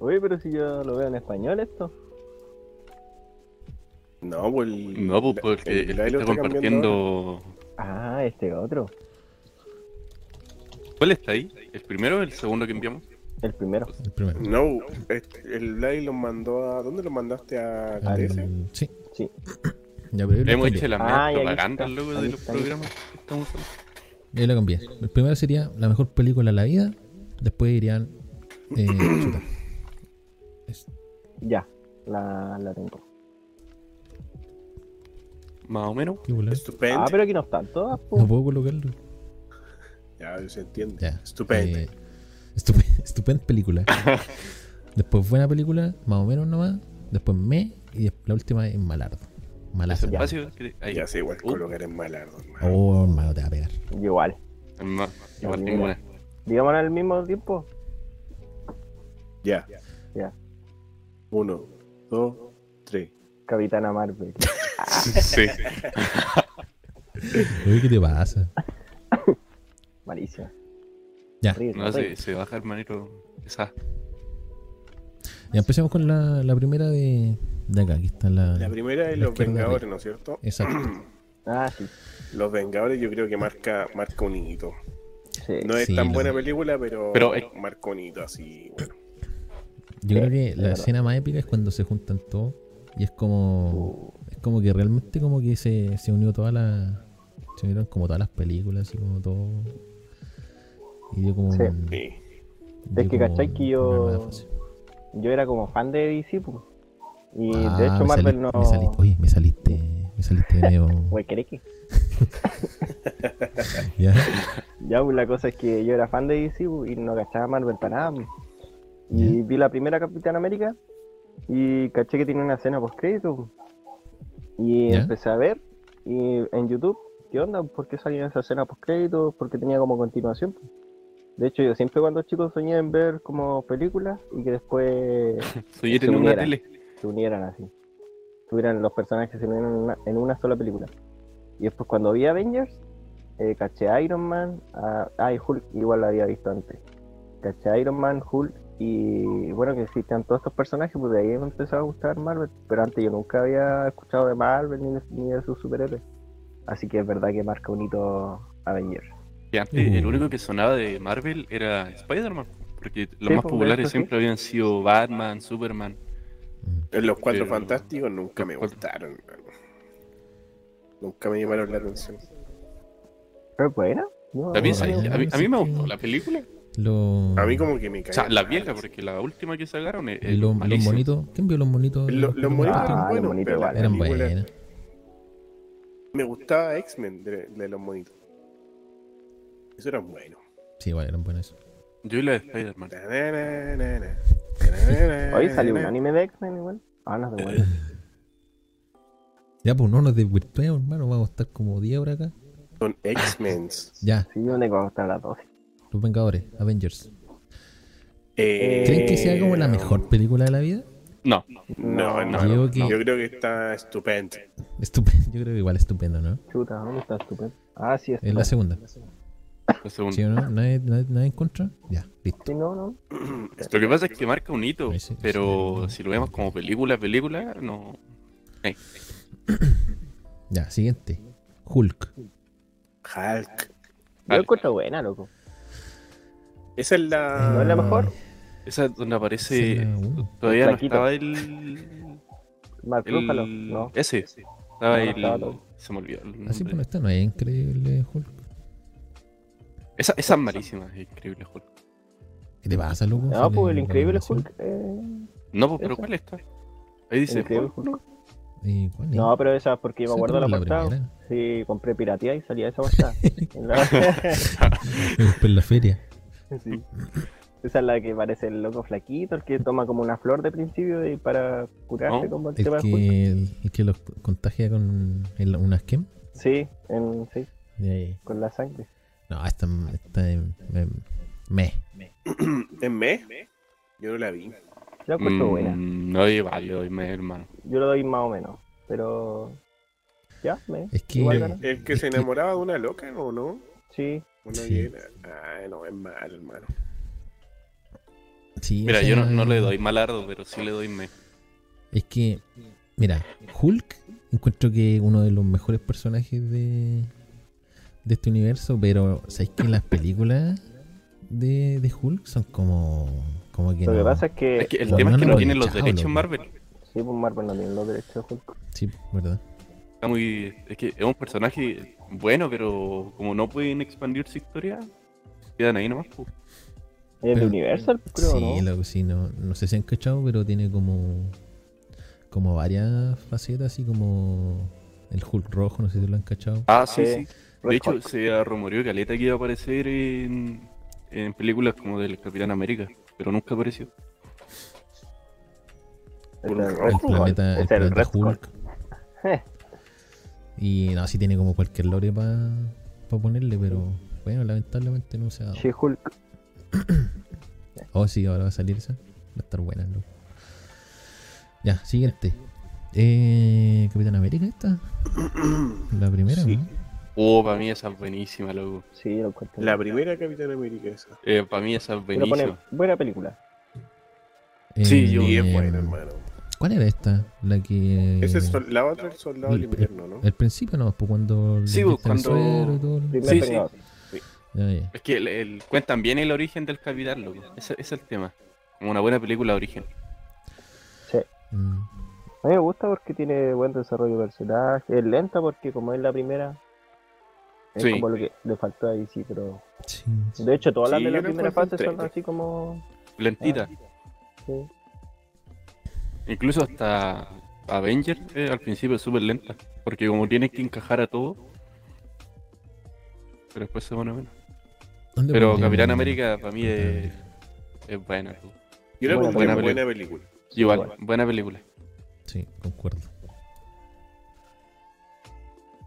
Oye, pero si yo lo veo en español esto. No, pues el- no, pu, porque el- el, el que Lalo está cambiando compartiendo. Ah, este otro. ¿Cuál está ahí? ¿El primero o el segundo que enviamos? El primero. El primero. ahora. No, este, el Vlad lo mandó a. ¿Dónde lo mandaste a El- TS? sí. Sí. Ya, pero yo lo Hemos cambié. hecho la Ah, mejor y ahí propaganda está, luego ahí de los está, ahí programas que estamos usando. Yo lo cambié. El primero sería la mejor película de la vida. Después irían. eh, chuta. Es- Ya, la, la tengo. Más o menos. qué volada. Ah, Estupendo. pero aquí no están todas, pues. po. No puedo colocarlo. Ya se entiende. Ya. Estupendo. Eh, estupe- estupenda película. Después buena película, más o menos nomás. Después me. Y des- la última es Malardo. Ese Malardo. espacio. que- Ahí. ya sé, igual Uh, colocar en Malardo, hermano. Oh, hermano, te va a pegar. Igual. no, igual Ya, ninguna. Digámoslo al mismo tiempo. Ya. Ya. Uno, dos, tres. Capitana Marvel. Sí. Oye, ¿qué te pasa? Malísima. Ya. Horrible, No, se, horrible. se baja el manero. Esa. Ya empecemos con la, la primera de, de acá. Aquí está la. La primera es La Los izquierda Vengadores, arriba. ¿no es cierto? Exacto. Ah, sí. Los Vengadores yo creo que marca, marca un hito. sí. No es Sí, tan lo- buena película, pero, Pero es- marca un hito así. Bueno, Yo Sí, creo que es la verdad. escena más épica es cuando se juntan todos. Y es como. Uh. Es como que realmente como que se, se unió toda la. Se unieron como todas las películas y como todo. Y dio como. Sí. un- sí. dio Es que como cachai que una yo- nueva fase. Yo era como fan de DC, po. Y Ah, de hecho me Marvel saliste- no. me saliste- oye, me saliste. Me saliste de medio. Güey, ¿querés que? ya. Ya, pues, la cosa es que yo era fan de DC pues, y no cachaba Marvel para nada. pues. Y vi la primera Capitán América y caché que tiene una escena post crédito. Y ¿Ya? empecé a ver y en YouTube, ¿qué onda? Pues, ¿Por qué salía esa escena post crédito? Porque tenía como continuación. pues. De hecho, yo siempre cuando chico soñé en ver como películas y que después Soy Se en una uniera. tele. se unieran así. Tuvieran los personajes se unieran en una, en una sola película. Y después cuando vi Avengers, eh, caché a Iron Man, a, ah, y Hulk, igual lo había visto antes. Caché a Iron Man, Hulk y bueno, que existían todos estos personajes, pues de ahí me empezó a gustar Marvel. Pero antes yo nunca había escuchado de Marvel ni de, ni de sus superhéroes. Así que es verdad que marca un hito Avengers. Que antes el Mm. Uh. único que sonaba de Marvel era Spider-Man. Porque los Sí, más pues, populares eso sí. siempre habían sido Batman, Superman. Los Cuatro Pero- Fantásticos nunca me Cuatro. gustaron. hermano. Nunca me llamaron la atención. ¿Es buena? No, También no, sabéis no. que a mí, a mí me gustó la película. Lo, A mí como que me cae. O sea, la vieja, porque la última que sacaron es, es eh, lo- los malísima. monitos. ¿Quién vio los monitos? de los Lo- los películas? monitos Ah, eran los buenos, monitos pero la igual, eran película- buenas. Me gustaba X-Men de, de los monitos. Eso era bueno. Sí, igual eran buenas. Yo y la de Spider-Man. Hoy salió Eh, un anime de X-Men igual. Ah, no se muere. Ya, pues no nos desvirtuemos, hermano. Vamos a estar como 10 horas acá. Son X-Men. Ya, Sí, yo tengo que estar las 12. Los Vengadores, Avengers. Eh, ¿Creen que sea como la mejor película de la vida? No, No, no. Digo no. que- Yo creo que está estupendo. Estupendo, yo creo que igual estupendo, ¿no? Chuta, ¿dónde está estupendo? Ah, sí, Es la está. segunda. la segunda. ¿Sí o no? ¿Nadie, nadie, nadie en contra? Ya, listo. Sí, no, no. Lo que pasa es que marca un hito, Ahí sí, pero sí. si lo vemos como película, película, no. Ya, siguiente. Hulk. Hulk. Yo Vale. encuentro buena, loco. Esa es la. Ah, ¿No es la mejor? Esa es donde Esa aparece. es la uno. Todavía no Flaquito. estaba el. Mark el- Ruffalo. No. Ese. No, Estaba no el. estaba todo. Se me olvidó el Así nombre. bueno, esta Ah, pues, no es increíble, Hulk. Esa, esa es malísima, es increíble Hulk. ¿Qué te pasa, loco? No, Sale pues el increíble colaboración. Hulk. eh, No, pues, pero Esa. ¿cuál está? Ahí dice Increíble Hulk, ¿no? ¿Y cuál es? No, pero esa es porque yo me Esa acuerdo la creo que portada. primera. Sí, compré piratía y salía esa portada. En la- Me compré en la feria. Sí. Esa es la que parece el loco flaquito, el que toma como una flor de principio y para curarse Oh, como el El tema de Hulk. que, el, el que los contagia con el- una skin. Sí, en, sí, De ahí. con la sangre. No, esta, esta es- me, me. ¿Es me? Yo no la vi. Yo la encuentro Mm, buena. No, yo vale, yo doy me, hermano. Yo lo doy más o menos, pero... Ya, me... Es que- Igual gana. ¿El que se enamoraba de una loca o no? Sí, Una Sí. llena. Ay, no, es malo, hermano. Sí, Mira, esa- yo no, no le doy malardo, pero sí le doy me. Es que, mira, Hulk encuentro que es uno de los mejores personajes de, de este universo, pero ¿sabéis que las películas de, de Hulk son como, como que lo que no? pasa es que... Es que el no, tema no, es que no, no, no, tienen los chao, derechos loco. Marvel. Sí, pues Marvel no tiene los derechos de Hulk. Sí, verdad. Está muy. Es que es un personaje bueno, pero como no pueden expandir su historia, quedan ahí nomás. pues. Es de Pero- eh, Universal, creo, sí, ¿no? loco, sí, no, no sé si han cachado, pero tiene como, como varias facetas, así como el Hulk rojo, no sé si lo han cachado. Ah, sí, Sí. sí. Red De hecho, Hulk. se rumoreó caleta que iba a aparecer en, en películas como del Capitán América, pero nunca apareció. Es un el rojo, El Red Hulk. planeta, el Es el planeta Red Hulk. Hulk. Y no, sí tiene como cualquier lore para ponerle, pero bueno, lamentablemente no se ha dado. Sí, Hulk. Oh, sí, ahora va a salir esa. Va a estar buena, loco. Ya, siguiente. Eh, Capitán América esta. La primera, Sí. ¿no? Oh, para mí esa es buenísima, loco. Eh, Sí, lo encuentro. La primera Capitán América esa. para mí esa es Pero pone buenísima. buena película. Sí, yo- Y es eh, buena, hermano. ¿Cuál era esta? La que. Esa es sol- la otra, el soldado del el- invierno, ¿no? Al principio no, pues cuando. le Sí, pues, inyectan el cuando- suero y todo lo- Primer Sí, sí. vengador. Ya, ya. Es que el- el- cuentan bien el origen del Capitán, loco. Ese ese es el tema. Como una buena película de origen. Mm. A mí me gusta porque tiene buen desarrollo de personaje. Es lenta porque como es la primera, es Sí. como lo que le faltó ahí, sí, pero... Sí. De hecho, todas las Sí, de la yo la primera encuentro fase son entrete. así como... Ah. Lentita. sí. Incluso hasta Avengers eh, al principio es súper lenta. Porque como tienes que encajar a todo. Pero después se pone bueno. ¿Dónde Pero pondrían Capitán el- América para mí Capitán es, América? es buena. loco. Yo la Buena pondría película. buena película. Igual, buena película. Sí, concuerdo.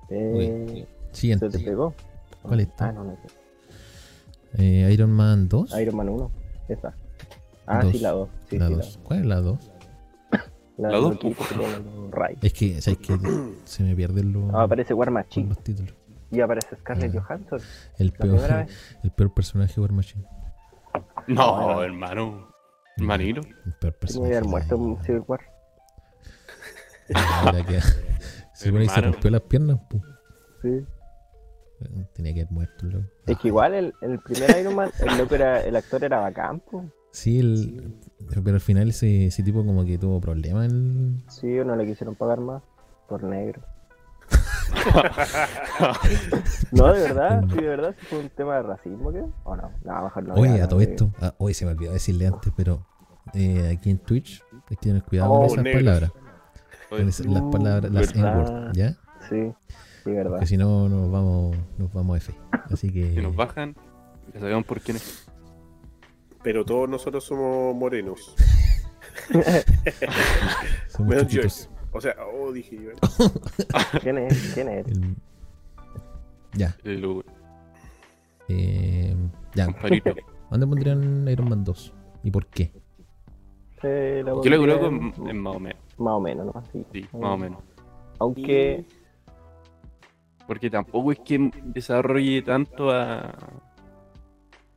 Eh, se te Siguiente. pegó. ¿Cuál está? Ah, no, no. Eh, Iron Man 2. Iron Man 1. Esa. Ah, Dos. sí, la 2. Sí, la sí, 2. ¿Cuál es la 2? La La 2. dos, uf. Es que, ¿sabes qué? Se me pierden los, Ah, aparece War Machine los títulos. y aparece Scarlett Ah. Johansson. El La primera peor, vez. el peor personaje War Machine. No, hermano. Manilo. El peor Tenía personaje. que haber muerto en Civil War. Ah, era que- Se supone que se Hermano. rompió las piernas. pu. Sí. Tenía que haber muerto. loco. Es que igual el, el primer Iron Man, el, loco era, el actor era bacán, po. Sí, el, pero al final ese, ese tipo como que tuvo problemas. el- Sí, no le quisieron pagar más por negro. No, de verdad, sí, de verdad, ¿sí fue un tema de racismo, ¿qué? ¿O no? No, mejor no. Oye, ya, a no, todo sí. esto, ah, oye, se me olvidó decirle antes, pero eh, aquí en Twitch hay que tener cuidado Oh, con esas negros. palabras. Oye, Con esas- las no, palabras, las verdad. N-word, ¿ya? Sí, sí, verdad. Porque si no, nos vamos, nos vamos a F. Así que. Si nos bajan, ya sabemos por quién es. Pero todos nosotros somos morenos. Somos Menos yo. chiquitos. O sea, oh, dije yo. ¿Quién es? ¿Quién es? El- Ya, El Hugo, eh, ya. compadrito. ¿Dónde pondrían Iron Man 2? ¿Y por qué? Se la Yo lo pondría coloco en- en, en más o menos. Más o menos, ¿no? Sí. Sí, más o menos. Aunque. Porque tampoco es que desarrolle tanto a.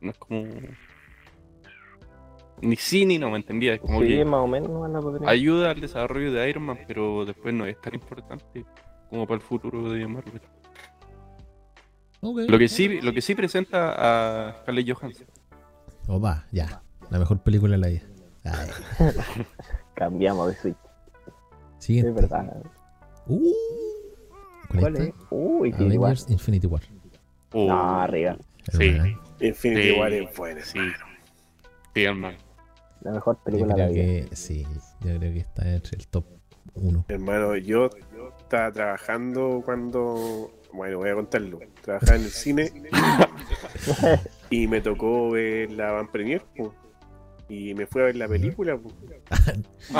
No es como. Ni sí ni no, ¿me entendías? Es Como Sí, que más o menos no la podría. ayuda al desarrollo de Iron Man, pero después no es tan importante como para el futuro de Marvel. Ok. Lo que sí, lo que sí presenta a Scarlett Johansson. Opa, ya. La mejor película de la vida. Ay, Cambiamos de switch. siguiente. Es verdad. Uh, ¿Cuál, ¿Cuál esta? es? Uy, qué igual. Avengers Infinity War. ¿eh? O- No, arriba. Sí. Hermana, Infinity Sí. War es buena. sí. Sí, hermano. La mejor Yo película de la creo vida. que sí, yo creo que está entre el top 1. Hermano, yo estaba trabajando cuando. Bueno, voy a contarlo. Trabajaba en el cine y me tocó ver la Van Premier po. y me fui a ver la película. po. No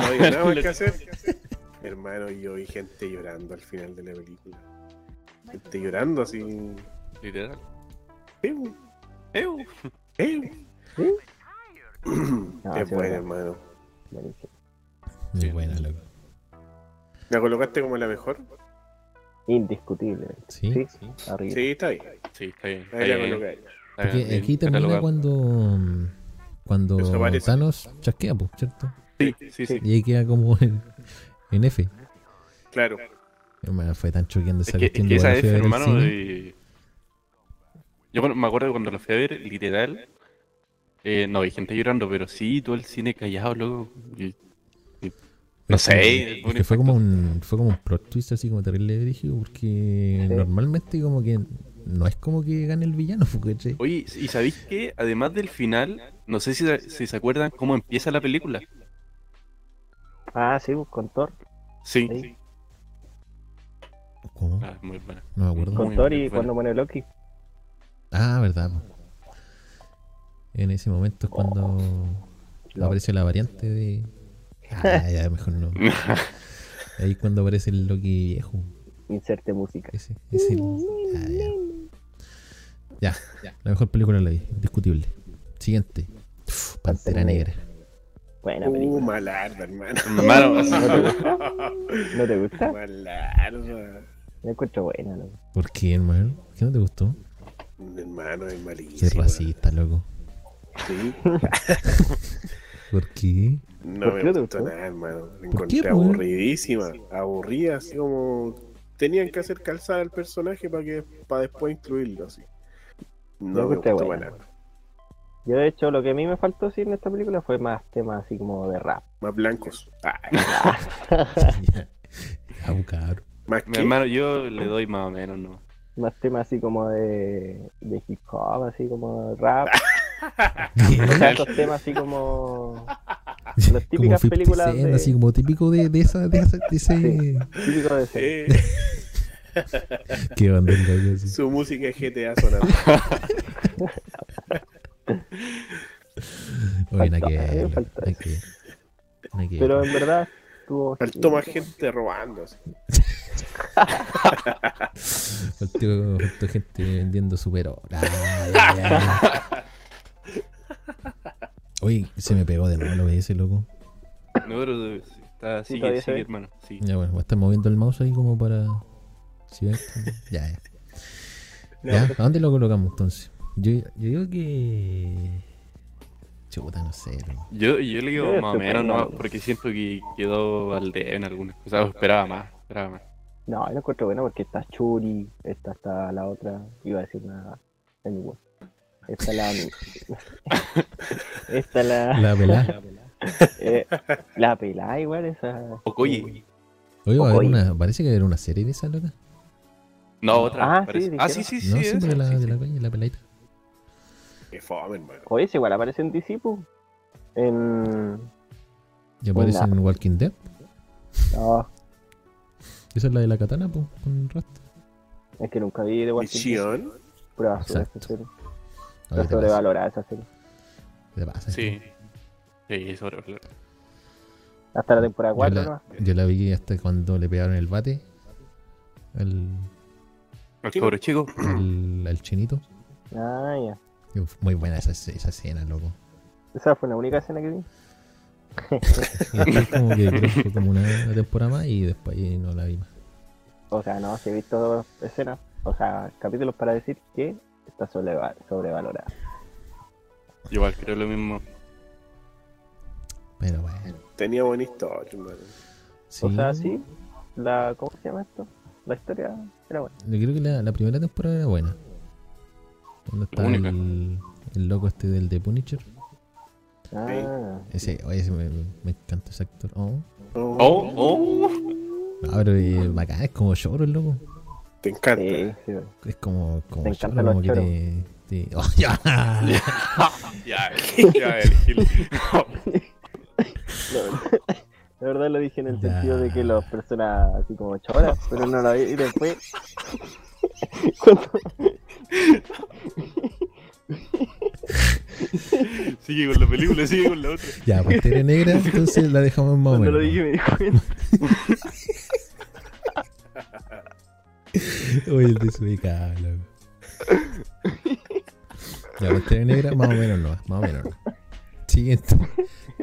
había nada más que hacer. Hermano, yo vi gente llorando al final de la película. Gente llorando así. Literal. Eh, po, Eu. eh, po. ¿Eh? es sí, buena, verdad. hermano. Buenísimo. Muy Sí. buena, loco. ¿La colocaste como la mejor? Indiscutible. Sí. Sí, arriba. Sí, está ahí. Sí, está bien. Está Ahí la bien, colocáis. está Porque bien aquí termina catalogado. cuando. Cuando Eso parece. Thanos chasquea, pues, ¿cierto? Sí, sí, sí. Y ahí queda como en, en F. Claro. Hermano, fue tan choqueando Es esa que, es cuestión. que yo esa la F, fui a ver al hermano. cine. eh, Yo cuando- me acuerdo cuando la fui a ver, literal. eh, no, hay gente llorando, pero sí, todo el cine callado, loco. y- no sé, Porque fue como, un, fue como un plot twist así como terrible dirigido. Porque Sí. normalmente, como que. No es como que gane el villano, ¿cachai? Oye, ¿y sabéis que además del final, no sé si, si se acuerdan cómo empieza la película? Ah, sí, con Thor. Sí, Sí. ¿Cómo? Ah, muy buena. No me acuerdo. Muy, Con Thor muy y buena. cuando pone Loki. Ah, verdad. po. En ese momento es cuando Lo- aparece la variante de. Ah, ya, mejor no. Ahí es cuando aparece el Loki viejo. Inserte música. Ese, ese- ah, ya. ya. La mejor película de la vi, indiscutible. Siguiente. Uf, Pantera Pantera Negra. Buena Uh, película. malarda, hermano. Hermano, así- ¿No te gusta? ¿No te gusta? Malarda. Me encuentro buena. loco. ¿Por qué, hermano? ¿Por ¿Qué no te gustó? Hermano, es malísimo. Qué racista, loco. Sí, ¿Por qué? no ¿Por me qué no te gustó gustó? nada, hermano. La ¿Por qué, encontré po? aburridísima. Aburrida, así como. Tenían que hacer calzar al personaje para que para después incluirlo, así. No Yo me encontré gustó para buena. nada. Yo, de hecho, lo que a mí me faltó sí en esta película fue más temas así como de rap. Más blancos. Ah, ya, ya, cabrón. más mi que. hermano, yo le doy más o menos, ¿no? Más temas así como de, de hip hop, así como rap. O sea, esos temas así como. Las como típicas 50 películas. Cent, De, así como típico de, de esa, de, esa- de ese. típico de ese. Eh, Qué onda el gallo así. su música es GTA sonando. Oye, nada Faltó, que eh, ver, faltó nada que ver. Nada que Pero ver. en verdad, tuvo. Faltó más gente robando. así. Faltó, faltó gente vendiendo superó. Oye, se me pegó de nuevo lo que dice, loco. No, pero eh, está, Sí, sigue, todavía se sigue, ve. hermano. Sí. Ya bueno, voy a estar moviendo el mouse ahí como para. si ven? Ya, ya. Ya, ¿a dónde lo colocamos entonces? Yo, yo digo que. Chuta, no sé, loco. Yo, yo le Yo digo ya más o estoy menos, ¿no? perdonado. Porque siento que quedó al debe en algunas cosas. Esperaba más, esperaba más. No, yo lo encuentro bueno porque está Churi, esta está la otra, iba a decir nada, anyway. Esta la. esta la. La pelada. eh, la pelada igual, esa. Okoye. Oye, va a haber Ojo, una. Parece que va a haber una serie de esa, loca. No, otra. Ah, sí, parece. dijeron. ah, sí, sí, sí. no, sí, esa, porque la, sí, de sí. la calle, la peladita. Qué fome, hermano. Oye, ese igual aparece en Disipu. En. Y aparece Hola. en Walking Dead. No, Esa es la de la katana, pues, con rastro. es que nunca vi de ¿Y Walking Dead. Shion? Pura basura esa Exacto. serie. No, ¿qué te Está pasa? sobrevalorada esa serie. ¿Qué te pasa? este. Sí. Sí, sobre. Hasta la temporada Yo 4 la, yo la vi hasta cuando le pegaron el bate al, Al cabro chico. al, al chinito. Ah, ya. Y fue Muy buena esa, esa escena, loco. Esa fue la única escena que vi. Y después como que creo que fue como una, una temporada más y después ahí no la vi más. O sea, no, si he visto escenas, o sea, capítulos para decir que está sobreva- sobrevalorada. Igual creo lo mismo. Pero bueno. Tenía buena historia, hermano. Sí, O sea, sí, la, ¿cómo se llama esto? La historia era buena. Yo creo que la, la primera temporada era buena. Cuando estaba única. el, el loco este del The Punisher. Ah, Ese, oye, ese me, me encanta ese actor. Oh. Oh, oh. No, pero eh, bacán, es como lloro el loco. Te encanta. sí, sí. Es como, como Me encantan Choro, como los que te. te- Oh, ya. Ya, ya, el Gil. La, la verdad lo dije en el Ya. sentido de que las personas así como choras, pero no la vi y después. cuando- Sigue con la película, sigue con la otra. Ya, Pantera Negra, entonces la dejamos más o Cuando menos. lo dije me di cuenta. Oye, el desubicado, loco. Ya, Pantera Negra, más o menos no, más o menos no. Siguiente.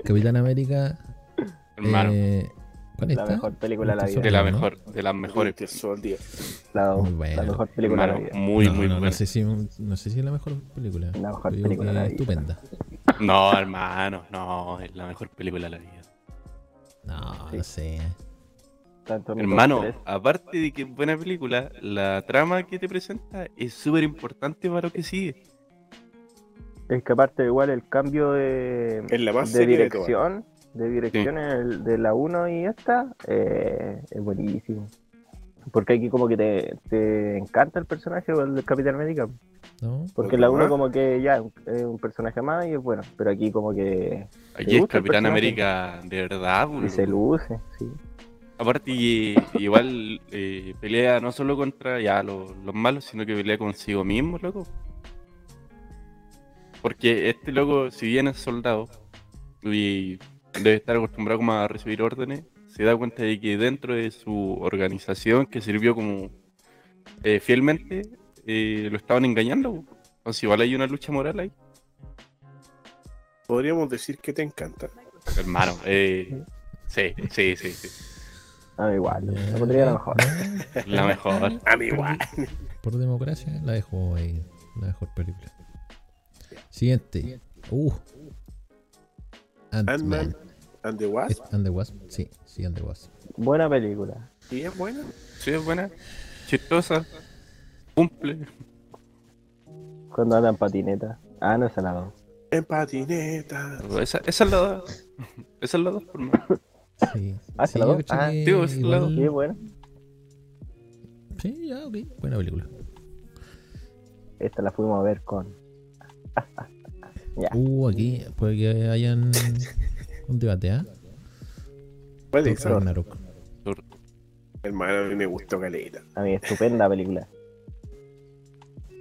Capitán América. Hermano, eh, ¿Cuál La está? mejor película de la de vida. la ¿no? mejor, de las mejores. Te soldía. La, Muy bueno. la mejor película de la Hermano, vida. muy, no, muy no, buena. no sé si no sé si es la mejor película. La mejor Yo eh, digo película que de la es vida. estupenda. No, hermano, no, es la mejor película de la vida. No, Sí. no sé. Tanto en el Hermano, top tres. aparte de que es buena película, la trama que te presenta es súper importante para lo que sigue. Es que aparte igual el cambio de, Es la más de seria de dirección, de dirección en el- de la 1 y esta, eh, es buenísimo. Porque aquí como que te, te encanta el personaje o el del Capitán América. ¿No? Porque en la 1 como que ya es un- es un personaje más y es bueno. Pero aquí como que Aquí es gusta Capitán el personaje? América de verdad, y se boludo. luce, sí. Aparte que igual eh, pelea no solo contra ya los, los malos, sino que pelea consigo mismo, loco. Porque este loco, si bien es soldado y debe estar acostumbrado como a recibir órdenes, se da cuenta de que dentro de su organización que sirvió como eh, fielmente, eh, lo estaban engañando. po. Entonces igual hay una lucha moral ahí. Podríamos decir que te encanta. Hermano, eh, sí, sí, sí, sí. Ah, igual, la pondría la mejor. No, La mejor. A mí igual. Por democracia, la dejo ahí. La mejor película. Siguiente. Uh. Ant-Man. Ant-Man and the Wasp. Es And the Wasp. Sí, sí, And the Wasp. Buena película. Y es buena. Sí, es buena. Chistosa. Cumple. Cuando andan patineta. Ah, no, esa la dos. En patineta. Esa, esa es la dos. Esa es la dos, por más. Sí. Ah, sí, ¿se la yo doy? caché Ah, que sí, pues, se la igual- Sí, es buena. Sí, ya, ok. Buena película. Esta la fuimos a ver con... Ya. Uh, aquí puede que hayan un debate, ¿ah? ¿Cuál Thor es esa? Ragnarok. Hermano, a mí me gustó Caleta. A mí, estupenda película.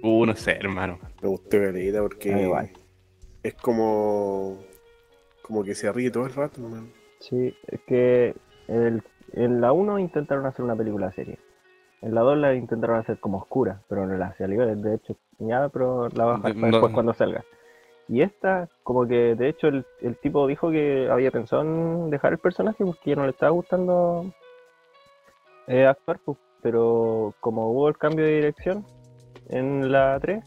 Uh, no sé, hermano. Me gustó Caleta porque Ah, igual. es como. Como que se ríe todo el rato, hermano. Sí, es que el- en la 1 intentaron hacer una película seria. En la 2 la intentaron hacer como oscura, pero no la salió. De hecho, ya, pero la baja No. después cuando salga. Y esta, como que de hecho el, el tipo dijo que había pensado en dejar el personaje porque ya no le estaba gustando eh, actuar, pues, pero como hubo el cambio de dirección en la 3,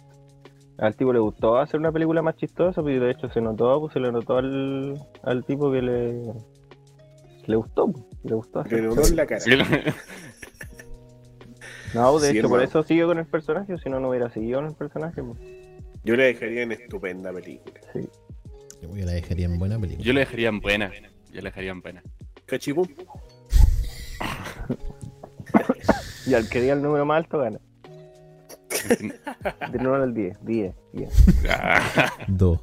al tipo le gustó hacer una película más chistosa, pues, y de hecho se notó, pues, se le notó al, al tipo que le, le gustó, pues, le gustó Que hacer. le notó en la cara. Sí, No, de Sí, hecho por hermano. eso siguió con el personaje, o si no, no hubiera seguido con el personaje. pues. Yo la dejaría en estupenda película. Yo la dejaría en buena película. Yo la dejaría en buena. Yo la dejaría en buena. Cachipum. Y al que diga el número más alto gana. De 9 al 10, 10, 10. Dos.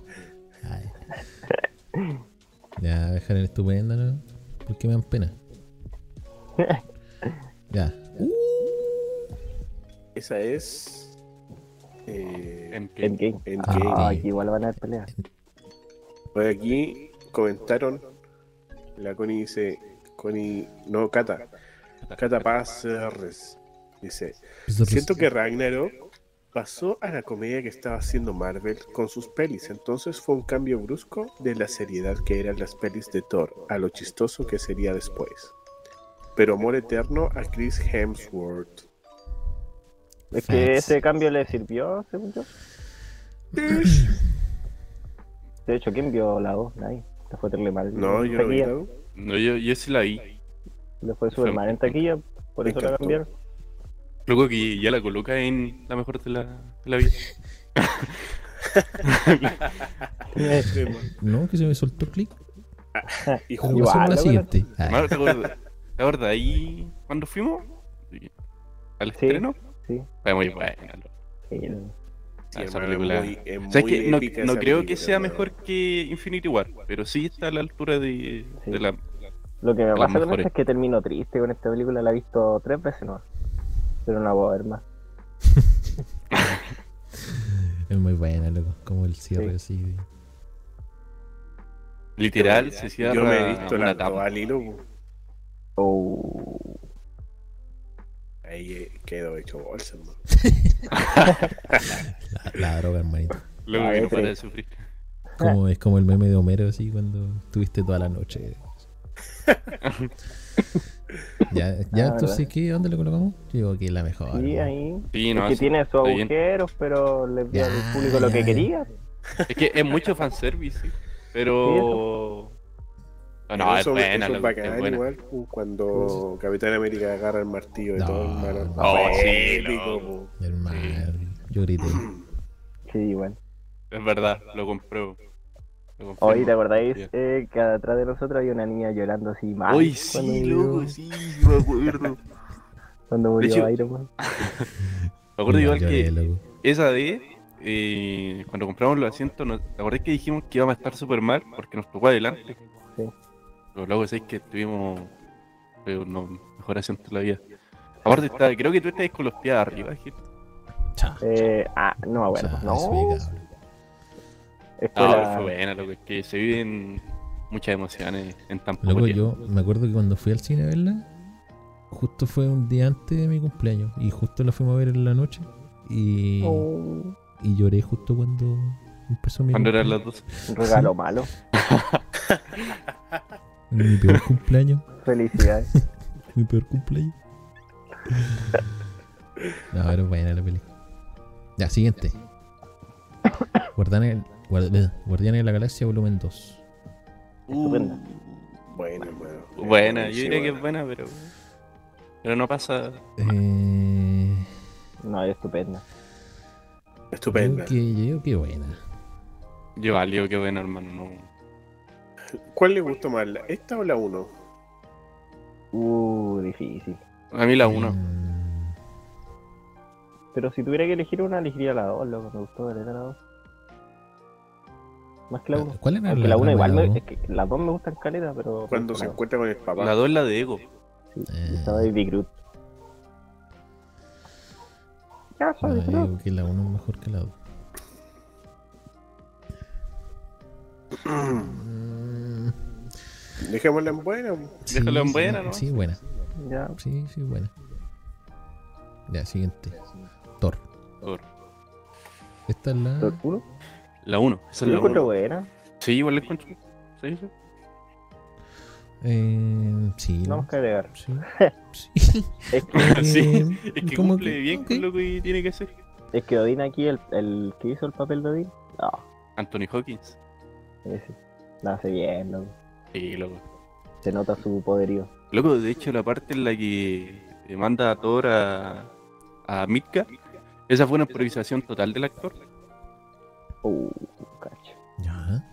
Ay. Ya, dejar en estupenda, ¿no? ¿Por qué me dan pena? Ya. Uh, Esa es. Eh, En que- Endgame. Endgame. Ah. Ah, aquí igual van a haber peleas. Pues aquí comentaron. La Connie dice. Connie. No, Cata. Cata Paz Serres. Dice. pues, Siento que Ragnarok pasó a la comedia que estaba haciendo Marvel con sus pelis, entonces fue un cambio brusco de la seriedad que eran las pelis de Thor a lo chistoso que sería después. Pero amor eterno a Chris Hemsworth. Es que Facts. ese cambio le sirvió, según yo. De hecho, ¿quién vio la voz? Nadie. Le fue terrible mal. No, en yo no vi taquilla. nada. No, yo, yo sí la vi. Le fue súper mal en taquilla, por Me eso la encantó. cambiaron. Luego que ya la coloca en la mejor de la, de la vida. No, que se me soltó el clic. Y Ah, Pero ju- Igual, pasemos a la bueno. siguiente. Ah, Mar, ¿Te acuerdas? ¿Te acuerdas ahí cuando fuimos? Sí. ¿Al Sí, estreno? sí. Fue muy buena. loco. Sí, sí, Ah, esa hermano, película. muy- es O sea, es muy que no, épica no esa creo que película, sea hermano. mejor que Infinity War, pero sí está a la altura de, Sí. de la... Lo que me Las pasa con mejores. esto es que termino triste con esta película, la he visto tres veces nomás. Pero no la voy a ver más. es muy buena, loco. Como el cierre así. de- Literal, se cierra Yo me he visto una la tapa. al hilo. bu. Oh. Ahí eh, quedo hecho bolsa, hermano. La, la droga, hermanito. Luego Ah, que no ese. para de sufrir. Como, es como el meme de Homero, así, cuando estuviste toda la noche. ya, ya Ah, entonces, ¿verdad? ¿qué? ¿Dónde lo colocamos? Yo digo que es la mejor. Sí, ¿no? ahí. Sí, Es no, que sí, tiene sus está bien. agujeros, pero le dio al Ya, público lo ya, que ya. quería. Es que es mucho fanservice, sí. Pero... Ah, Pero No, es eso- buena, eso loco, bacán es buena. igual, pu, cuando Capitán América agarra el martillo de No, todo, hermano. no. Oh, sí, Épico, loco. Hermano, yo grité. Sí, bueno. Es verdad, lo compruebo. Lo confirmo. Hoy, ¿te acordáis Sí. eh, que atrás de nosotros había una niña llorando así mal? Hoy cuando sí, murió- loco, sí, me acuerdo. Me Cuando murió hecho- Iron Man. acuerdo No, igual lloré, que loco. esa de eh, cuando compramos los asientos, nos, ¿te acordás que dijimos que íbamos a estar súper mal? Porque nos tocó adelante. Sí. Pero luego es que tuvimos eh, pero no, mejor asiento de la vida. Aparte, está, creo que tú estás con los pies arriba, Gil. Chao. Eh, ah, no me acuerdo. chao, no, sí, cabrón. es que No, la- Ah, pero fue buena, loco, es que se viven muchas emociones en tan poco Loco, tiempo. yo me acuerdo que cuando fui al cine a verla, justo fue un día antes de mi cumpleaños. Y justo la fuimos a ver en la noche. Y, Oh, y lloré justo cuando empezó mi Cuando eran cumpleaños. las dos. un regalo malo. Mi peor cumpleaños. Felicidades. Mi peor cumpleaños. No, pero es buena la película. Ya, siguiente. Guardianes, Guard- Guardianes de la Galaxia Volumen 2. Estupenda. Buena, hermano. Buena, yo diría que es Buenísima. buena, pero. Pero no pasa. Eh, No, es estupenda. Estupenda. Yo que, yo digo que buena. Yo valió, qué bueno, hermano. No. ¿Cuál le gustó más, la- esta o la 1? Uh, difícil. A mí la 1. Mm, Pero si tuviera que elegir una, elegiría la 2, loco. Me gustó caleta la 2. Más que la 1. ¿Cuál era Aunque la 1 trama igual, de la me, dos? es que las dos me gustan caleta, pero... Cuando se la- encuentra con el papá. La 2 es la de Ego. Sí, Eh. estaba Baby Groot. Ya, soy No, Groot. yo digo que la 1 es mejor que la 2. Mm, Dejémosla en buena. sí, Déjalo en sí, buena, ¿no? Sí, buena. Ya, Sí, sí, buena. Ya, siguiente. Thor. Thor. Esta es la. ¿Doctor Who? La 1. Esa Yo es la la 1. encuentro buena. Sí, igual la encuentro. Sí, sí. Eh, sí. No vamos a agregar. Sí. sí. Es que, Sí, Eh, Es que como cumple bien ok. con lo que tiene que hacer. es que Odín aquí, el, el que hizo el papel de Odín, no, Anthony Hawkins. ese, lo hace bien, loco. Sí, loco. Se nota su poderío. Loco, de hecho, la parte en la que eh, manda a Thor a, a Midka, esa fue una improvisación total del actor. Uh, cacho. Ya.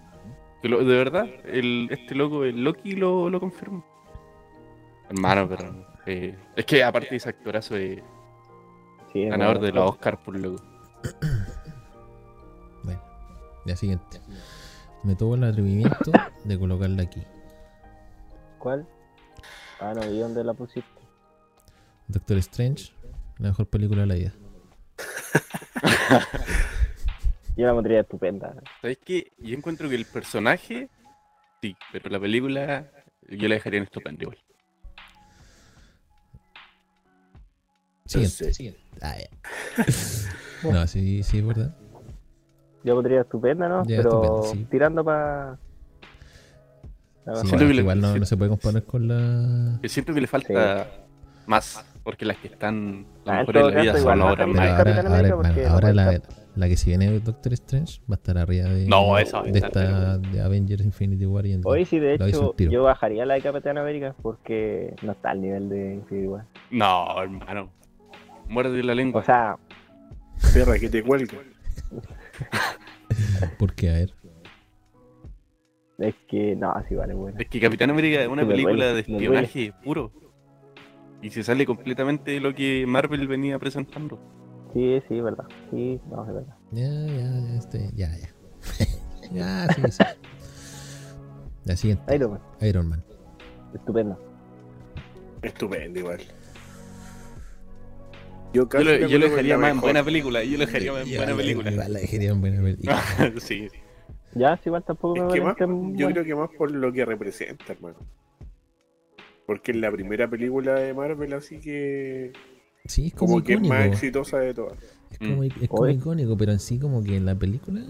Que lo- de verdad, el, este loco, el Loki, lo, lo confirmó. Hermano, pero. eh, es que aparte de ese actorazo, eh, Sí, es Ganador bueno. de los Oscar, por loco. Bueno, la siguiente. Me tomo el atrevimiento de colocarla aquí. ¿Cuál? Ah, no, ¿y dónde la pusiste? Doctor Strange, la mejor película de la vida. Yo la pondría estupenda. ¿Sabes qué? Yo encuentro que el personaje, sí, pero la película yo la dejaría en estupendo igual. Siguiente. Ah, ya. no, sí, sí, es verdad. Yo pondría estupenda, ¿no? Ya, Pero estupenda, sí. tirando para... Sí, Siento bueno, que le- igual no, no se puede comparar con la. Yo siento que le falta más, porque las que están las Ah, en mejores de todo la vida caso, son igual va a obras Pero terminar maestras. ahora, Capitán América ahora, porque hermano, no ahora la, cuenta. la que se viene de Doctor Strange va a estar arriba de, No, esa va a de estar, esta de Avengers Infinity War y Endgame. Hoy sí, de Lo hizo hecho, el tiro. yo bajaría la de Capitán América porque no está al nivel de Infinity War. No, hermano. Muerde la O lengua. sea, Perra, que te cuelga. Porque, a ver, es que no, sí vale, bueno. Es que Capitán América es una Me duele, película de me duele. espionaje puro. Y se sale completamente de lo que Marvel venía presentando. Sí, sí, verdad. Sí, no, es verdad. ya, ya, ya, este, ya, ya. ya, sí, sí. La siguiente, Iron Man, Iron Man. estupendo. Estupendo, igual. Yo, Yo casi lo, la yo lo coloco en dejaría la más en mejor. buena película. Yo lo dejaría más en Igual- buena película. igual la dejaría en buena película. sí, sí. Ya, sí, igual tampoco Es me que parece más, muy yo buena. creo que más por lo que representa, hermano. Porque es la primera película de Marvel, así que. Sí, es como, Como que es icónico. más es exitosa de todas. como, es como Oye. icónico, pero en sí, como que en la película.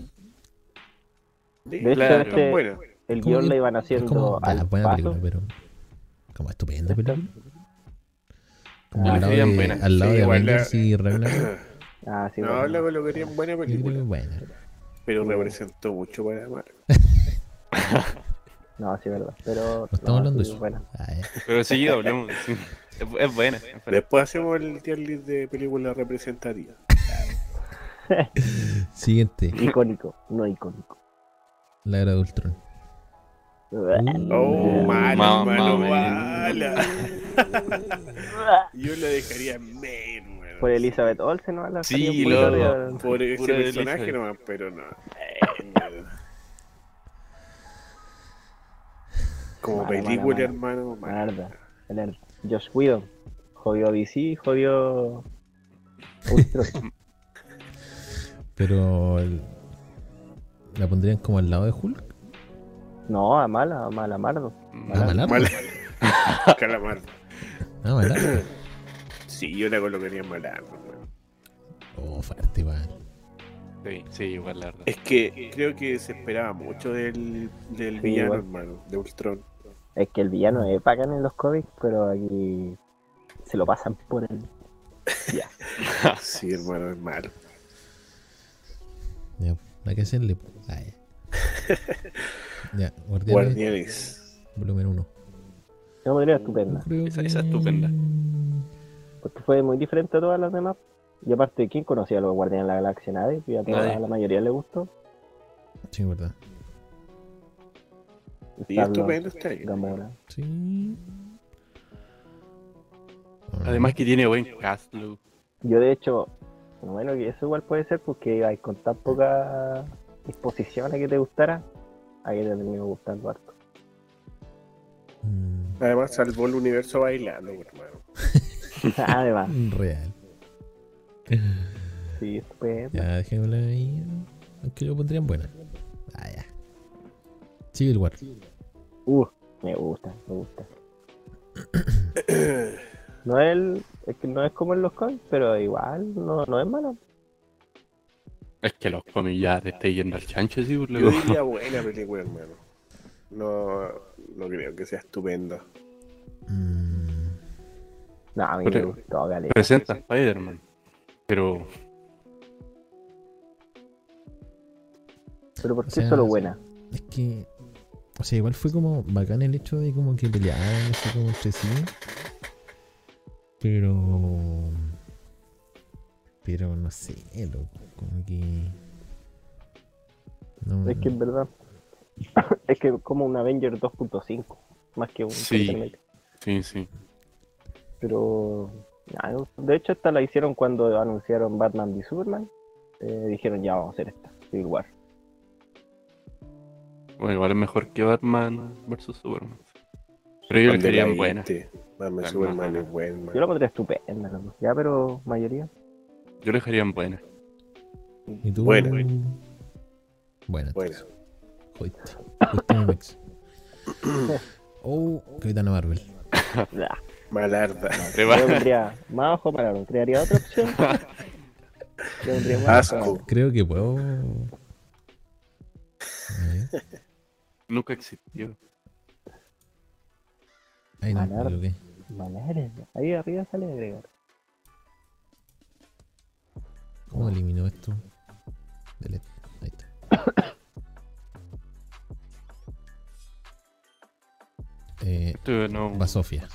De hecho, este- buena. El como guión que- la iban Es haciendo como ya, al buena paso. película, pero. Como estupenda película. Como Ah, al lado sí, de, buena. al lado Sí, de igual la- Avengers y Ragnarok. Ah, sí, No, bueno. la colocaría en buena Yo creo que película. buena. Pero representó mucho para Marvel. No, sí, verdad. Pero. No estamos hablando de sí, eso. bueno. Ah, ya. Pero sí, hablemos. sí. Es, es buena. es buena. Después hacemos el tier list de películas representativas. Siguiente, Icónico, no icónico. la era de Ultron. Oh, Uh, malo, ma- malo, ma- mala. Yo la dejaría en men, weón. Por Elizabeth Olsen, ¿no? La Sí, salía muy lo- tarde. Por ese Pura personaje Elizabeth. nomás, pero no. Eh, men. Como Mala, película, mala, hermano. mala. Mierda. El er- Josh Whedon. Jodió DC, jodió. Ultron. Pero. el- la pondrían como al lado de Hulk. No, a mala, a mala, Mardo. Ah, Malardo. Mala. Calamar. Ah, Malardo. Sí, yo la colocaría en Malardo, weón. Oh, fuerte, weón. Sí, sí, igual la verdad. Es que creo que se esperaba mucho del, del Sí, villano, igual. hermano, de Ultron. Es que el villano es pagan en los cómics, pero aquí se lo pasan por el. Sí, hermano, es malo. Ya, la que hacerle. po. Ah, ya. Ya, Guardianes, Guardianes. volumen 1. Yo podría estupenda. Esa- esa es estupenda. Porque fue muy diferente a todas las demás. Y aparte, ¿quién conocía a los Guardianes de la Galaxia? Nadie. Y a, toda- Nadie. a la mayoría le gustó. Sí, verdad. Sí, Star-Lord, estupendo está ahí. Gamora. Sí. Además que tiene buen cast, loco. Yo, de hecho, bueno, que eso igual puede ser porque hay con tan poca disposición a que te gustara, a que te terminó gustando harto. Mm, Además, salvó el universo bailando, hermano. Además, Real. sí, estupendo. Ya, dejémosla ahí. Aunque lo pondrían buena. Ah, ya. Civil War. Uh, me gusta, me gusta. No es, el- es que no es como en los cómics, pero igual no, no es malo. Es que los cómics ya te estáis yendo al chancho, sí, por Yo loco. diría buena película, hermano. No, no creo que sea estupenda. Mm, No, a mí me Pero- gustó, Galea. Presenta a Spider-Man. Pero Pero ¿por O qué sea, solo buena? es que. O sea, igual fue como bacán el hecho de como que peleaban así como entre sí. Pero. Pero no sé, loco. Como que. No, Es que en verdad, es que como un Avenger 2.5, más que un Sí. Capitán América. sí, sí. Pero Nah, De hecho, esta la hicieron cuando anunciaron Batman y Superman. Eh, dijeron, ya vamos a hacer esta, Civil War. Bueno, igual es mejor que Batman versus Superman. Pero yo creo que serían buenas. Batman Calma, Superman calma. es buen, Yo la pondría estupenda, la dos, ya, pero mayoría. Yo le dejaría en buenas. ¿Y tú? Buena. Buena. Buena. Joder. Justamente. Oh, Capitana Marvel. Nah, Malarda. Te yo va- pondría más ojo para no crearía otra opción. Yo pondría más Asco. Creo que puedo. A ver. Nunca existió. Ahí no, Ganar. creo que. Manera, Ahí arriba sale agregar. ¿Cómo eliminó esto? Delete. Ahí está. Eh, Esto no. va Sofía.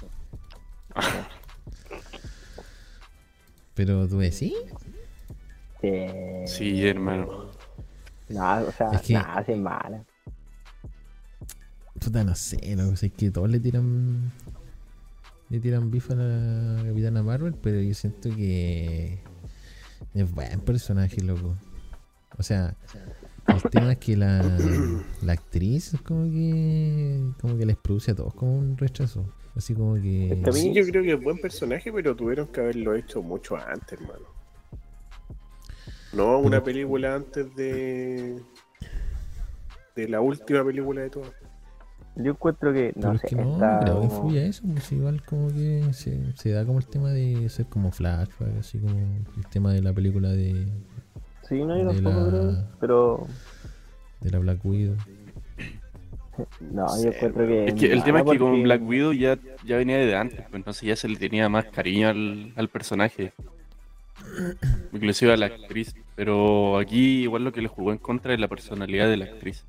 Pero tú decís, Sí. Sí, hermano. Nah, o sea, Es que- nada, sí es mala. puta, no sé, loco, si es que todos le tiran. Le tiran bifa a la Capitana Marvel, pero yo siento que. Es buen personaje, loco. O sea, el tema es que la, la actriz es como que. Como que les produce a todos como un rechazo. Así como que. Este Sí, yo creo que es buen personaje, pero tuvieron que haberlo hecho mucho antes, hermano. No, una película antes de. de la última película de todas. Yo encuentro que, Pero no es sé, que no, está no creo que como- influya eso, pues igual como que se, se da como el tema de ser como flashback, así como el tema de la película de, Sí, no, yo de tampoco la- creo, pero... de la Black Widow. No, Sí, yo encuentro que... Es que el nada, tema es que porque- con Black Widow ya, ya venía de antes, pues, entonces ya se le tenía más cariño al, al personaje. Inclusive a la actriz. Pero aquí igual lo que le jugó en contra es la personalidad de la actriz.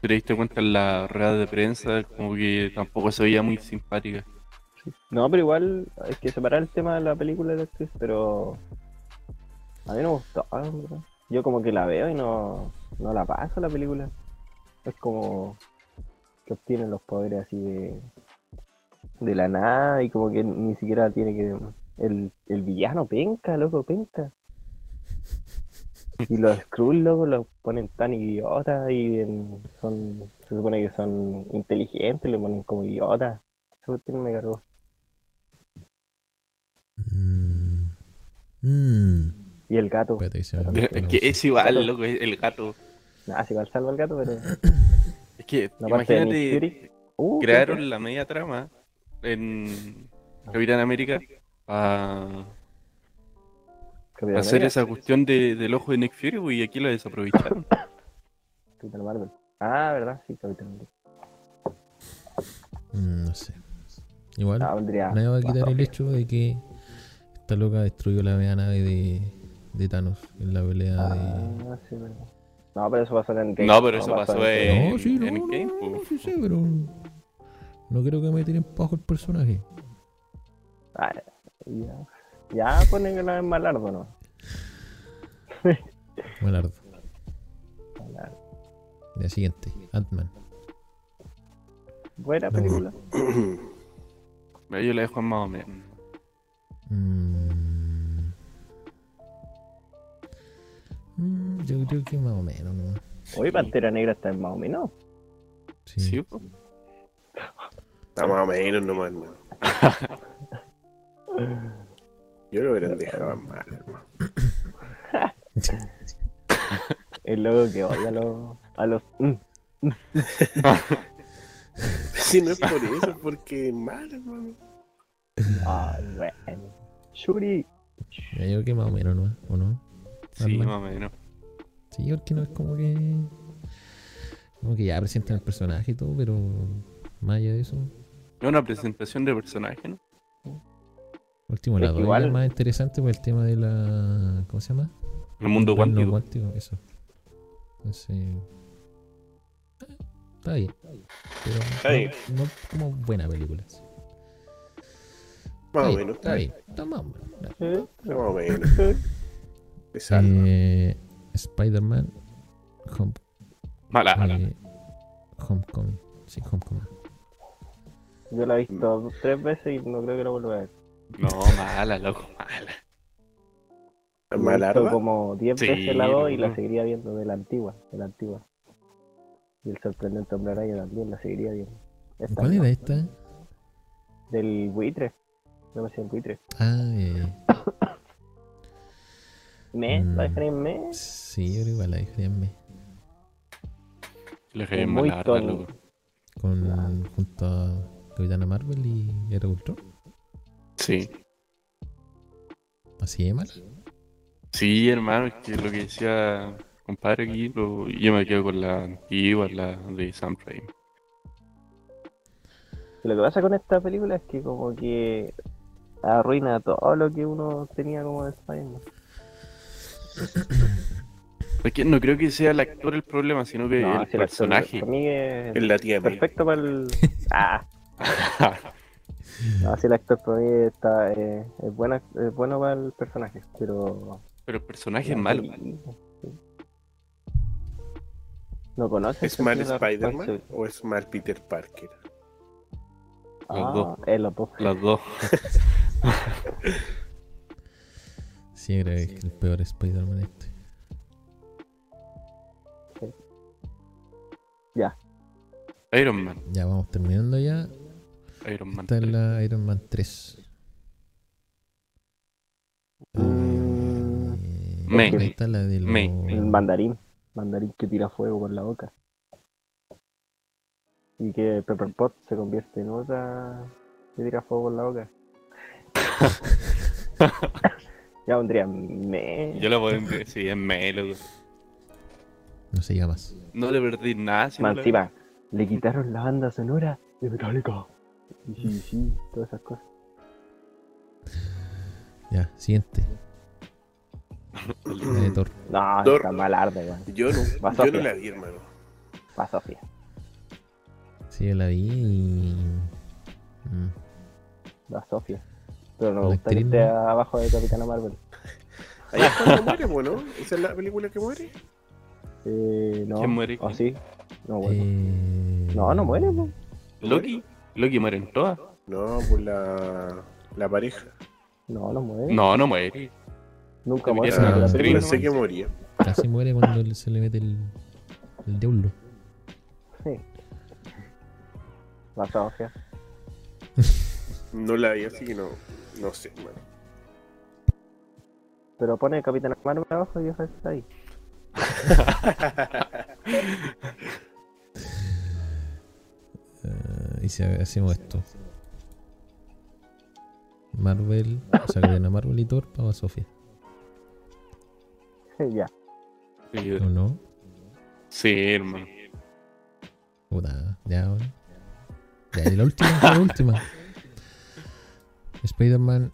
Si te diste cuenta en la rueda de prensa, como que tampoco se veía muy simpática. No, pero igual hay que separar el tema de la película de la actriz, pero... A mí no me gustó, en verdad. Yo como que la veo y no, no la paso la película. Es como que obtienen los poderes así de, de la nada y como que ni siquiera tiene que... El, el villano penca, loco, penca. Y los Skrulls, loco, los ponen tan idiotas y en- son, se supone que son inteligentes, le ponen como idiotas. Eso me cargó. Mm. Mm. Y el gato. Espérate que se me Pero Es que es igual, loco, es el gato. Nada, si Ah, va al salvo al gato, pero. Es que La parte de Nick imagínate, Fury. Uh, qué crearon la media trama en Capitán América ah, para Capitán hacer América, esa cuestión de- del ojo de Nick Fury güey, y aquí la desaprovecharon. Capitán Marvel. Ah, ¿verdad? Sí, Capitán Marvel. Mm, no sé. Igual, Ah, vendría. nadie va a más quitar el rápido. hecho de que esta loca destruyó la media nave de, de Thanos en la pelea de. Ah, sí, verdad. No, pero eso pasó en Endgame. No, pero eso pasó en. en- no, sí, no, Eh, en no, Endgame, pues. no, po. sí sé, pero. No creo que me tiren bajo el personaje. Ah, ya. Ya ponen una vez Malardo, ¿no? Malardo. Malardo. La siguiente, Ant-Man. Buena No. película. Mira, Yo la dejo en más o menos. Mm. Mm, yo creo que más o menos, ¿no? Hoy Pantera Negra está en más o menos. Sí. Sí, po. Está más o menos nomás, hermano. Yo lo hubieran dejado en mal, hermano. El logo que odia a los. A los mm, Si no es por eso, es porque es mal, hermano. Ah, bueno. Shuri. Ya Yo creo que más o menos, ¿no? ¿O no? Sí, Ant-Man. más o menos. Sí, porque no es como que. Como que ya presentan el personaje y todo, pero. Más allá de eso. Es una presentación de personaje, ¿no? Último, Es la que dos igual- es más interesante por el tema de la. ¿Cómo se llama? El mundo Plano cuántico. cuántico, eso. Entonces. eh, Está bien. Pero no- bien. No, como buena película. sí. Más Está Eh, bien, o menos. Está bien. Está más o menos. Claro. Eh, Más o menos. Te salva. Eh, Spider-Man Home- Mala. eh, Homecoming. Sí, Homecoming. Yo la he Mm. visto tres veces y no creo que la vuelva a ver. No, mala, loco, mala. La he Malarda. visto como diez Sí, veces la dos y la no. seguiría viendo de la antigua, de la antigua. Y el sorprendente hombre araña también la seguiría viendo. Esta ¿Cuál no, era este? esta? Del buitre. No me sé, el buitre. Ah, ya, ya. ¿Me? Mm. ¿La dejaré en me? sí, yo creo igual la dejé en me. Le dejé Muy mala, Tony. loco. Con, junto a Capitana Marvel y Era Ultron. Sí. Así de mal. Sí, hermano, es que lo que decía compadre aquí, lo- yo me quedo con la antigua, la de Sam Raimi. Lo que pasa con esta película es que como que arruina todo lo que uno tenía como de Spider-Man. Es que no creo que sea el actor el problema, sino que No, el si el actor- personaje. Para mí es En la tierra. perfecto para el... Ah, no, si el actor para mí está, eh, es, buena, es bueno para el personaje, pero... Pero el personaje es malo. No conoce. ¿Es mal Spider-Man o es mal Peter Parker? Ah, Los dos. es los dos. Las dos. Sí, yo creo que es el peor Spider-Man este. Iron Man. Ya vamos terminando ya. Iron Man. Esta es la Iron Man 3. Mm, Eh, Me. Esta es la del. Me. El mandarín. Mandarín que tira fuego por la boca. Y que Pepper Pot se convierte en otra que tira fuego por la boca. ya pondría me. Yo la puedo entender, sí, es melo. No se llama más. No le perdí nada. si no Más la- encima, le quitaron la banda sonora de Metallica. Y sí, sí, todas esas cosas. Ya, siguiente. La de Thor. No, Dor- está mal arde, weón. Yo no, Vas yo a no fiar. la vi, hermano. Pasa fría. Sí, yo la vi y. mm, La Sofía. Pero no La me gusta que actriz, esté ¿no? abajo de Capitana Marvel. Ahí es cuando muere, bueno. Esa es la película que muere. Eh, no. ¿Quién muere? ¿O sí? No, bueno. eh, No, no muere, po. Loki. Loki muere en todas. No, pues la, la pareja. No, no muere. No, no muere. Nunca muere. Capitana en la Marvel. película. Pensé Ah, que moría. Casi muere cuando le- se le mete el, el diablo. Sí. La Sofía. No la vi, así que no, no sé, hermano. Pero pone Capitana Marvel abajo y esa está ahí. Eh, y si hacemos esto: Marvel, o sea, que a Marvel y Thor, para Sofía. ya. Sí, ¿O no? Sí, hermano. Puta, ya, bueno. Ya, y la última, la última. Spider-Man.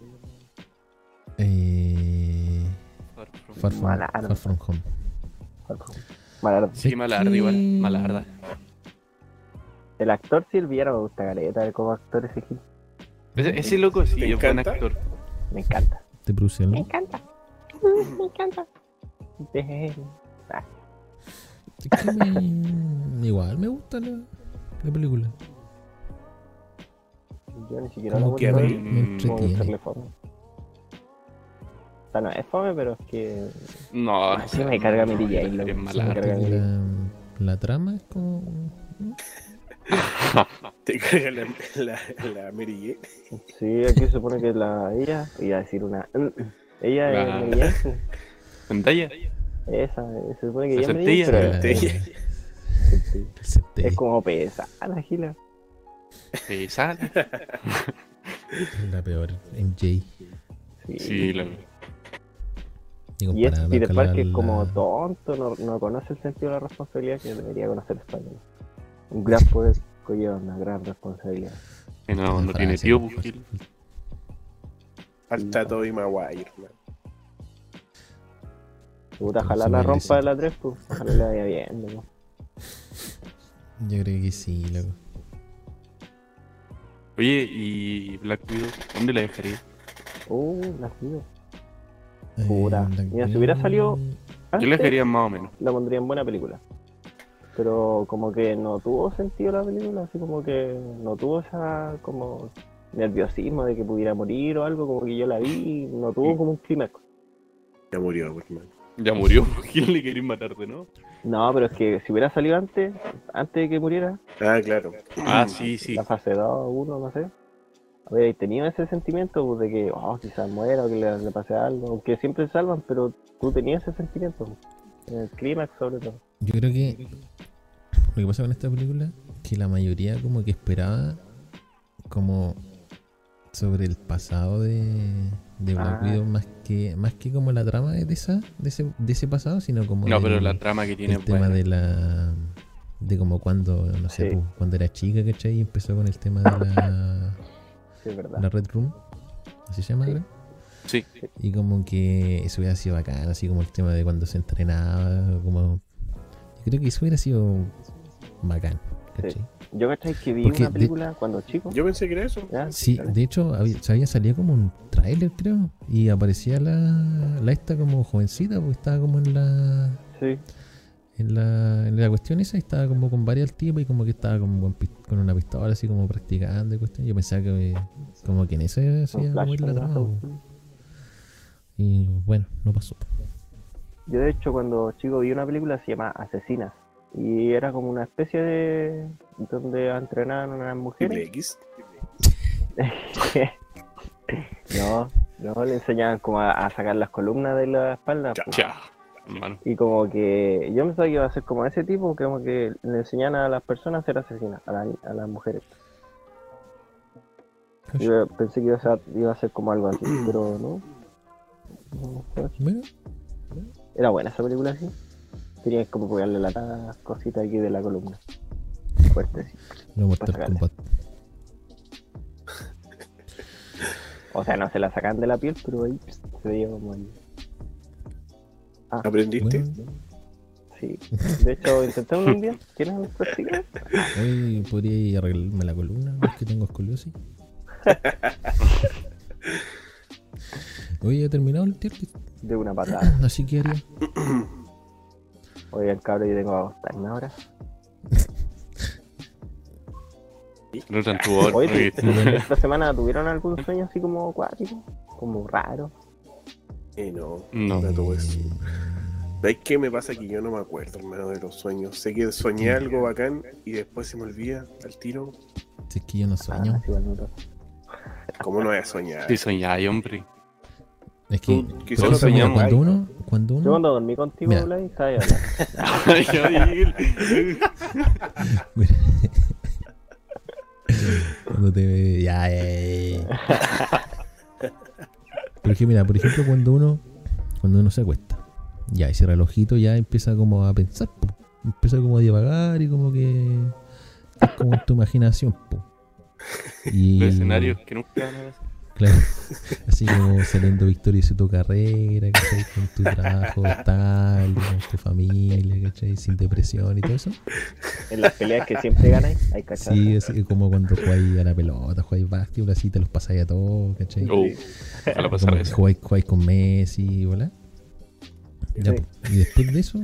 Eh, Far from, Mala Far From Home. Malardo. Sí, malarda igual. Sí. Malarda. El actor Silviera me gusta caleta de como actor ese gil. Ese, ese loco sí ¿Te es buen encanta? actor. Me encanta. Te produce Me algo. encanta. Me encanta. Pero Es que me- Igual me gusta la, la película. Yo ni siquiera Como la que voy a me, ver. Mm. me Como entretiene. echarle fome. O sea, no es fome, pero es que No, Ah, sí, me carga mi DJ, Es loco. Siento malarda. carga que bien. La, la trama es como. Te caga la, la, la Mary Jane. sí, aquí se supone que la ella, iba a decir una ella es La- Mary Jane, Zendaya. esa, se supone que La ella es Mary centella. Jane, pero La- Te- se te- es como pesada la gila. Sí, sale. la peor. MJ. Sí. Sí, la Y este comparada Peter con la- Parker es como la- tonto, no, no conoce el sentido de la responsabilidad que debería conocer Spider-Man. Un gran poder conlleva una gran responsabilidad. que No, la no tiene frase, tío, pues, la Bujil. Falta Tobey Maguire, hermano. Puta, ojalá Entonces, la me rompa de dice- la 3, pues, ojalá le vaya bien. loco. Yo creo que sí, loco. Oye, y Black Widow, ¿dónde la dejaría? Uh, la tío. Eh, Pura. Black Mira, si hubiera Widow- salido- Yo la Antes dejaría más o menos. La pondría en buena película. pero como que no tuvo sentido la película, así como que no tuvo esa como nerviosismo de que pudiera morir o algo, como que yo la vi y no tuvo como un clímax. Ya murió, Watchman. Ya murió, ¿por qué le queréis matar de nuevo? No, pero es que si hubiera salido antes, antes de que muriera, Ah, claro. Ah, sí, sí. la fase 2, 1, no sé, habría tenido ese sentimiento pues, de que, oh, quizás muera o que le, le pase algo, aunque siempre se salvan, pero tú tenías ese sentimiento, en el clímax sobre todo. Yo creo que lo que pasa con esta película que la mayoría como que esperaba como sobre el pasado de, de Black Ah. Widow más que más que como la trama de esa de ese, de ese pasado sino como No, pero del- la trama que tiene el es tema buena. de la de como cuando no sé Sí. pu, cuando era chica ¿cachai? y empezó con el tema de la, Sí, es verdad. la red room así se llama Sí. creo? Sí, Y como que eso hubiera sido bacán, así como el tema de cuando se entrenaba, como... Yo creo que eso hubiera sido bacán, ¿cachai? Yo cachai que vi Porque una de- película cuando chico. Yo pensé que era eso. ¿ya? Sí, de hecho, había, se había salido como un tráiler, creo, y aparecía la, la esta como jovencita, porque estaba como en la, Sí, en la, en la cuestión esa, y estaba como con varias tipos y como que estaba como con, pis- con una pistola, así como practicando y cuestión. Yo pensaba que eh, como que en eso se un iba a mover la flashback, trama, ¿no? po. y bueno, no pasó. Yo de hecho cuando chico vi una película se llama Asesinas y era como una especie de donde entrenaban a unas Triple mujeres. X. no, no le enseñaban como a, a sacar las columnas de la espalda. Ya. po. ya, hermano. Y como que yo pensaba que iba a ser como ese tipo, que como que le enseñan a las personas a ser asesinas, a, la- a las mujeres. Yo pensé que iba a ser, iba a ser como algo así, pero no. No, pues. Bueno, Era buena esa película, sí. Tenía que como pegarle la cosita aquí de la columna. Fuerte, sí. no Mortal Pascal. Kombat. O sea, no se la sacan de la piel, pero ahí pss, se veía como ahí. ¿Aprendiste? Bueno, Sí. De hecho, intentamos un día. ¿Quieres un practicar? Hoy podría ir a arreglarme la columna, es que tengo escoliosis. Hoy he terminado el tier list, De una patada. así que haría. Oigan, cabrón, yo tengo que acostarme ahora. No tan tu voz, Oye, porque- ¿tú- ¿esta semana tuvieron algún sueño así como acuático? Como raro. Eh, no. Ah, No. Dato, pues. Eh, ¿Veis qué me pasa? Que yo no me acuerdo, hermano, de los sueños. Sé que soñé algo bacán y después se me olvida al tiro. si es que yo no Ah, sueño. Mm. sí, bueno, no. ¿Cómo no voy a soñar? Sí, soñáis, hombre. Es que Tú, quizá pero no eso, mira, soñamos. cuando uno, cuando Yo uno, cuando dormí contigo, Mira. Vlad, sabes hablar. Ya dile. cuando te ya, ya, ya, ya. Pero es que mira, por ejemplo, cuando uno, cuando uno se acuesta, ya ese relojito ya empieza como a pensar, po. empieza como a divagar y como que es como en tu imaginación, po. Y Los escenarios que nunca van a ver. Claro. Así como saliendo victorioso de tu carrera, ¿cachai? Con tu trabajo tal, con tu familia, ¿cachai? Sin depresión y todo eso. En las peleas que siempre ganáis, hay cachas. Sí, así como cuando jugáis a la pelota, jugáis básquetbol, así te los pasáis a todos, ¿cachai? Oh, ojalá pasara Como que eso. jugáis, jugáis con Messi, ¿verdad? Ya, Sí. po. y después de eso,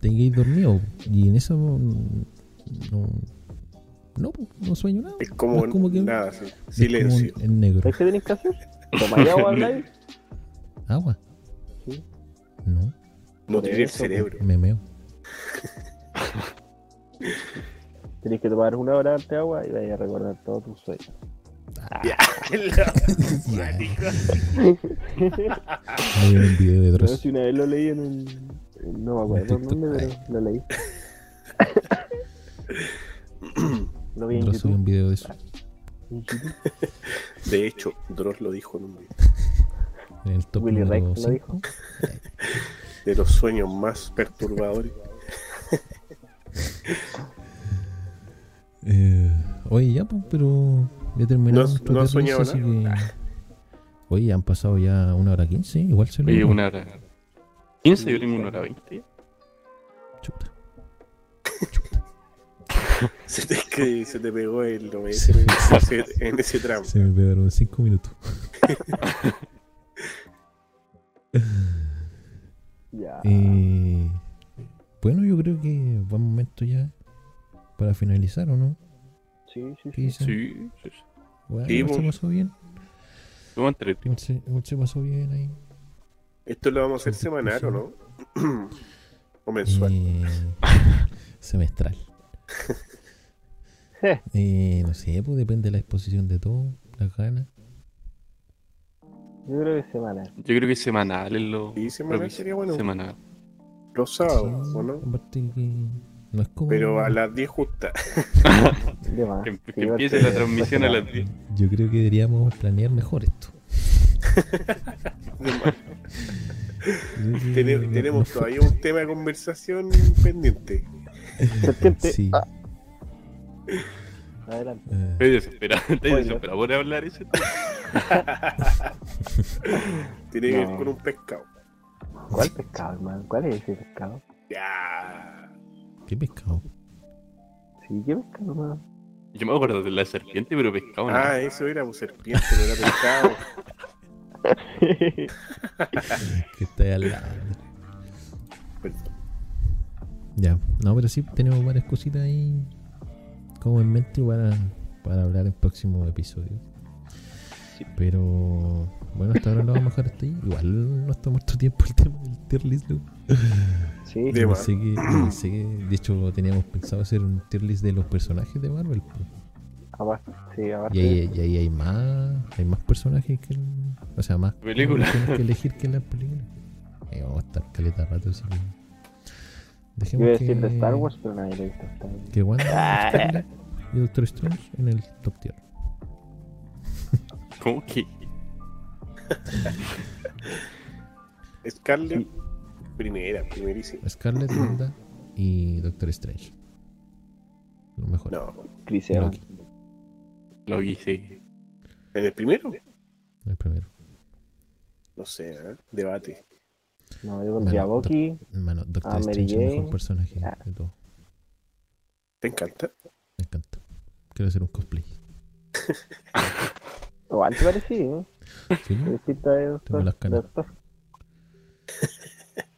tengáis dormido. Y en eso mm, no, no, po, no sueño nada. Es No como, es como que- nada, sí. Es como silencio. en negro. ¿Sabes qué tenéis que hacer? Tomáis agua, Vlad. ¿Agua? Sí. No, Nutrir el Eso, pues. cerebro. me meo. Tenéis que tomar una hora antes de agua y vais a recordar todos tus sueños. pues. Ya. Me veo un video de No sé Dross. si una vez lo leí en un. No me acuerdo en TikTok, dónde, pero lo leí. lo vi en Dross subió YouTube. un video de eso en YouTube. De hecho, Dross lo dijo en un video. en el top Willy Rex número lo dijo. 5. De los sueños más perturbadores. Eh, oye, ya, pues, pero ya No terminamos. has- nuestro no has tier list, soñado así que- Oye, han pasado ya una hora quince, igual se lo Oye, digo. una hora. 15, yo tengo una hora 20. Chuta. Se te, que se te pegó el Sí. OBS en ese, en ese tramo. Se me pegaron cinco minutos. Ya. Eh, Bueno, yo creo que buen momento ya para finalizar, ¿o no? Sí, ¿Qué sí, sí. dicen? Sí, sí, sí. Bueno, Sí, igual se pues. pasó bien. Vamos a entrar. Igual se, igual se pasó bien ahí. Esto lo vamos a hacer semanal, ¿o no? o mensual. Eh, semestral. Eh, no sé, pues depende de la exposición de todo, las ganas. Yo creo que semana. Yo creo que semanal es lo. Sí, semanal propicio. sería bueno. Semanal. Los sábados, ¿o no? Aparte que no es como. Pero a las 10 justas. De más. Que, que Ah, Sí, igual empiece que- la transmisión a las 10. Yo creo que deberíamos planear mejor esto. Yo creo Tene- que Mm, no- tenemos no- todavía un tema de conversación pendiente. Serpiente. Sí. Ah, adelante. eh, Estoy desesperado, estoy Spoiler. desesperado por hablar eso. Tiene que ver No. con un pescado. ¿Cuál pescado, hermano? ¿Cuál es ese pescado? Ya. ¿Qué pescado? Sí, ¿qué pescado, hermano? Yo me acuerdo de la serpiente, pero pescado no. Ah, eso era un serpiente, no era pescado. Que está ahí al lado. Perdón. Ya, no, pero sí tenemos varias cositas ahí como en mente para, para hablar en próximo episodio. Pero bueno, hasta ahora lo vamos a dejar hasta ahí. Igual no está muerto tiempo el tema del tier list. ¿no? Sí, De- Yo más. pensé que, yo pensé que, de hecho, teníamos pensado hacer un tier list de los personajes de Marvel. po. aparte. Sí, aparte. Y ahí, y ahí hay más hay más personajes que. el- o sea, más Película. personas que elegir que en las películas. Ahí vamos a estar caleta rato, así que. Yo Dejemos iba a decir que- de Star Wars, Ah. pero nadie lo hizo. Está bien. que Wanda Scarlet y Doctor Strange en el top tier. ¿Cómo que? Scarlett, primera, primerísima. Scarlet, Wanda y Doctor Strange. Lo mejor. No, Chris Y Evans. Loki, Lo hice. en el primero, el primero. no sé, ¿eh? debate. No, yo pondría a Bueno, Bucky. Hermano, Doctor Ah, Mary Strange es el mejor Jane. personaje Ah. de todo. ¿Te encanta? Me encanta. Quiero hacer un cosplay. Igual te parecido, ¿eh? ¿Sí? Qué distinto de Doctor- las canas. Doctor.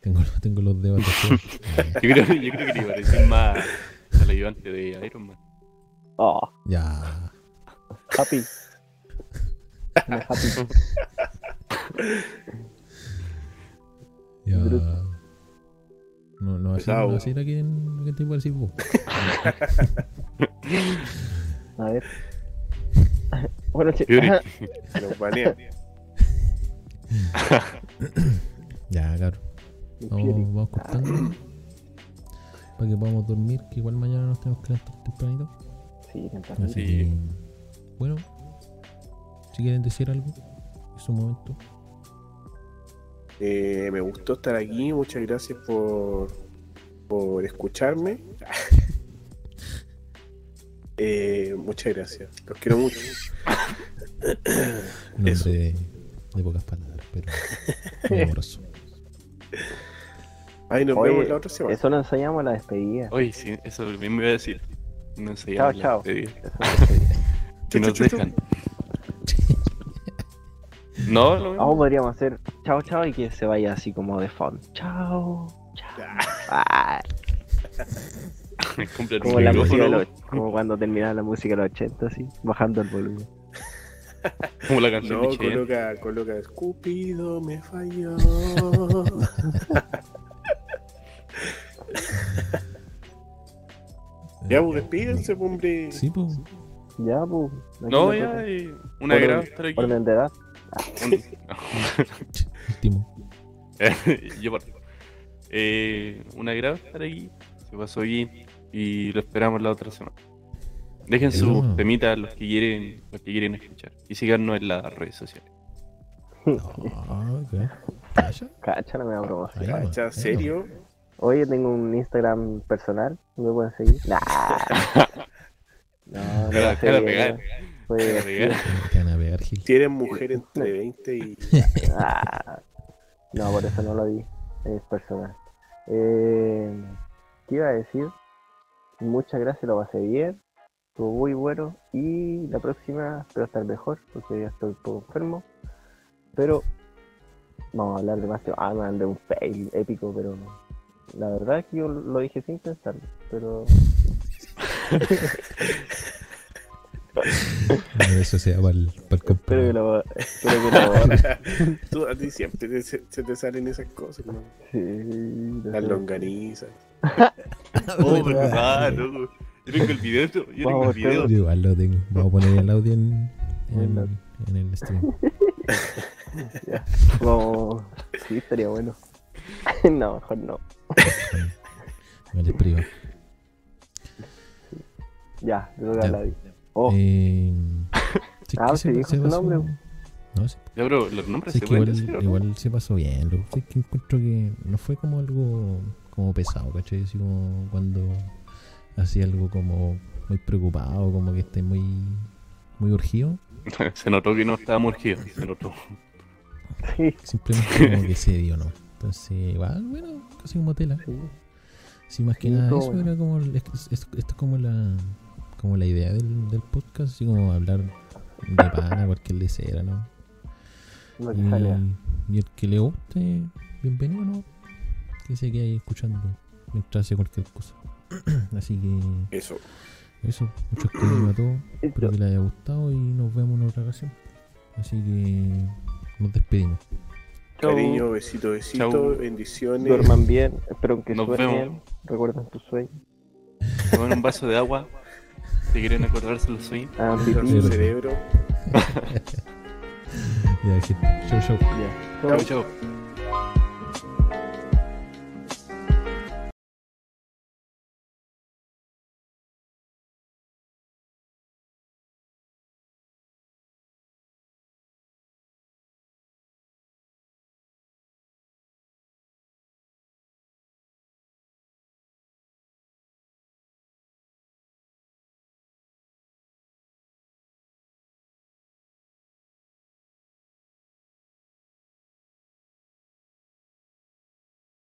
tengo, tengo los dedos atacados. Eh, Yo creo, yo creo que le iba a decir más al ayudante de Iron Man. Oh, ya. happy. Una happy. Ya. Bruto. No, no va a ser, Pesado. no va a ser a quien, a quien te parecís vos. A ver. Bueno, che. Yo creo Los banea. Ya, cabrón. Vamos, Fury. vamos cortando. Para que podamos dormir, que igual mañana nos tenemos que levantar tempranito. Sí, tenta. Ah, Así Sí. que, bueno, si quieren decir algo, es un momento. Eh, me gustó estar aquí, muchas gracias por, por escucharme. Eh, muchas gracias, los quiero mucho. Un Eso. hombre de, de pocas palabras, pero muy amoroso. Ay, nos Oye, vemos la otra semana. Eso lo enseñamos a la despedida. Oye, sí, eso mismo iba a decir. No sé. Chao, hablar, chao. te digo. Eso es la despedida. Si nos dejan. No, lo mismo. Aún podríamos hacer chao, chao y que se vaya así como de fondo. Chao, chao. Ah, Comprar como, un la música de micrófono, los- como cuando terminaba la música de los 80, así, bajando el volumen. como la canción No, de Cher. coloca, coloca, Escupido me falló. ya, pues despídense, pues, hombre. Eh, Sí, pues, Ya, pues. No, ya, y un agrado estar aquí. Orden de edad. último. Yo parto. Eh, un agrado estar aquí. Se pasó bien. Y lo esperamos la otra semana. Dejen Sí, sus no. temitas los que quieren, los que quieren escuchar. Y síganos en las redes sociales. No, ¿qué? ¿Calla? Cacha, no me da broma. Ahí Ah, nomás, ahí ¿En nomás. serio? Oye, tengo un Instagram personal. ¿Me pueden seguir? Nah. No, no. Cara- sé, cara eh, pegar, soy cara divertido. pegar. Te van a pegar, Gil. Si eres mujer entre 20 y. Ah, no, por eso no lo di. Es personal. Eh, ¿Qué iba a decir? Muchas gracias, lo pasé bien. Estuvo muy bueno. Y la próxima espero estar mejor, porque ya estoy un poco enfermo. Pero vamos a hablar de más temas. Ah, me mandé un fail épico, pero La verdad es que yo lo dije sin pensarlo, pero A ver, eso sea para el, para el espero que compadre. lo, espero que lo- Tú a ti siempre te- se, se te salen esas cosas, ¿no? sí, no las sé. longanizas. Oh, Ah. verdad, loco. Yo tengo el video, yo tengo el Vamos, video. Carlos. Yo igual lo tengo. Vamos a poner el audio en, en, el- en el stream. Como- Sí, estaría bueno. no, mejor no. Me les privo. Ya, te Ya. toca la vida. Oh, Eh, sí, Ah, que sí, dijo su nombre. No, sí, Ya, bro, los nombres sí, se que pueden igual, decir, ¿o no? igual se pasó bien. Lo sí, que encuentro que no fue como algo como pesado, ¿cachai? Así como cuando hacía algo como muy preocupado, como que esté muy, muy urgido. Se notó que no estábamos urgidos, se notó. sí, Simplemente como que se dio, ¿no? Entonces, igual, bueno, casi como tela. sí. Sí, más que Sí, nada, todo eso bueno. era como, el- es- es- esto es como la, como la idea del, del podcast, así como hablar de pana, cualquier lesera, ¿no? Lo que sale. eh, Y, y el que le guste, bienvenido, ¿no? Que se quede ahí escuchando mientras hace cualquier cosa. así que Eso. eso, muchos cariños a todos, espero Esto. que les haya gustado y nos vemos en otra ocasión. Así que nos despedimos. Chau. Cariño, besito, besito, Chau. bendiciones. Duerman bien, espero que Nos sueñen. vemos. Recuerden tus sueños. Tomen un vaso de agua. Si quieren acordarse los sueños. Ah, Cuidarse pipí. el cerebro. Ya, gente, chau, chau. Ya. Chau, chau.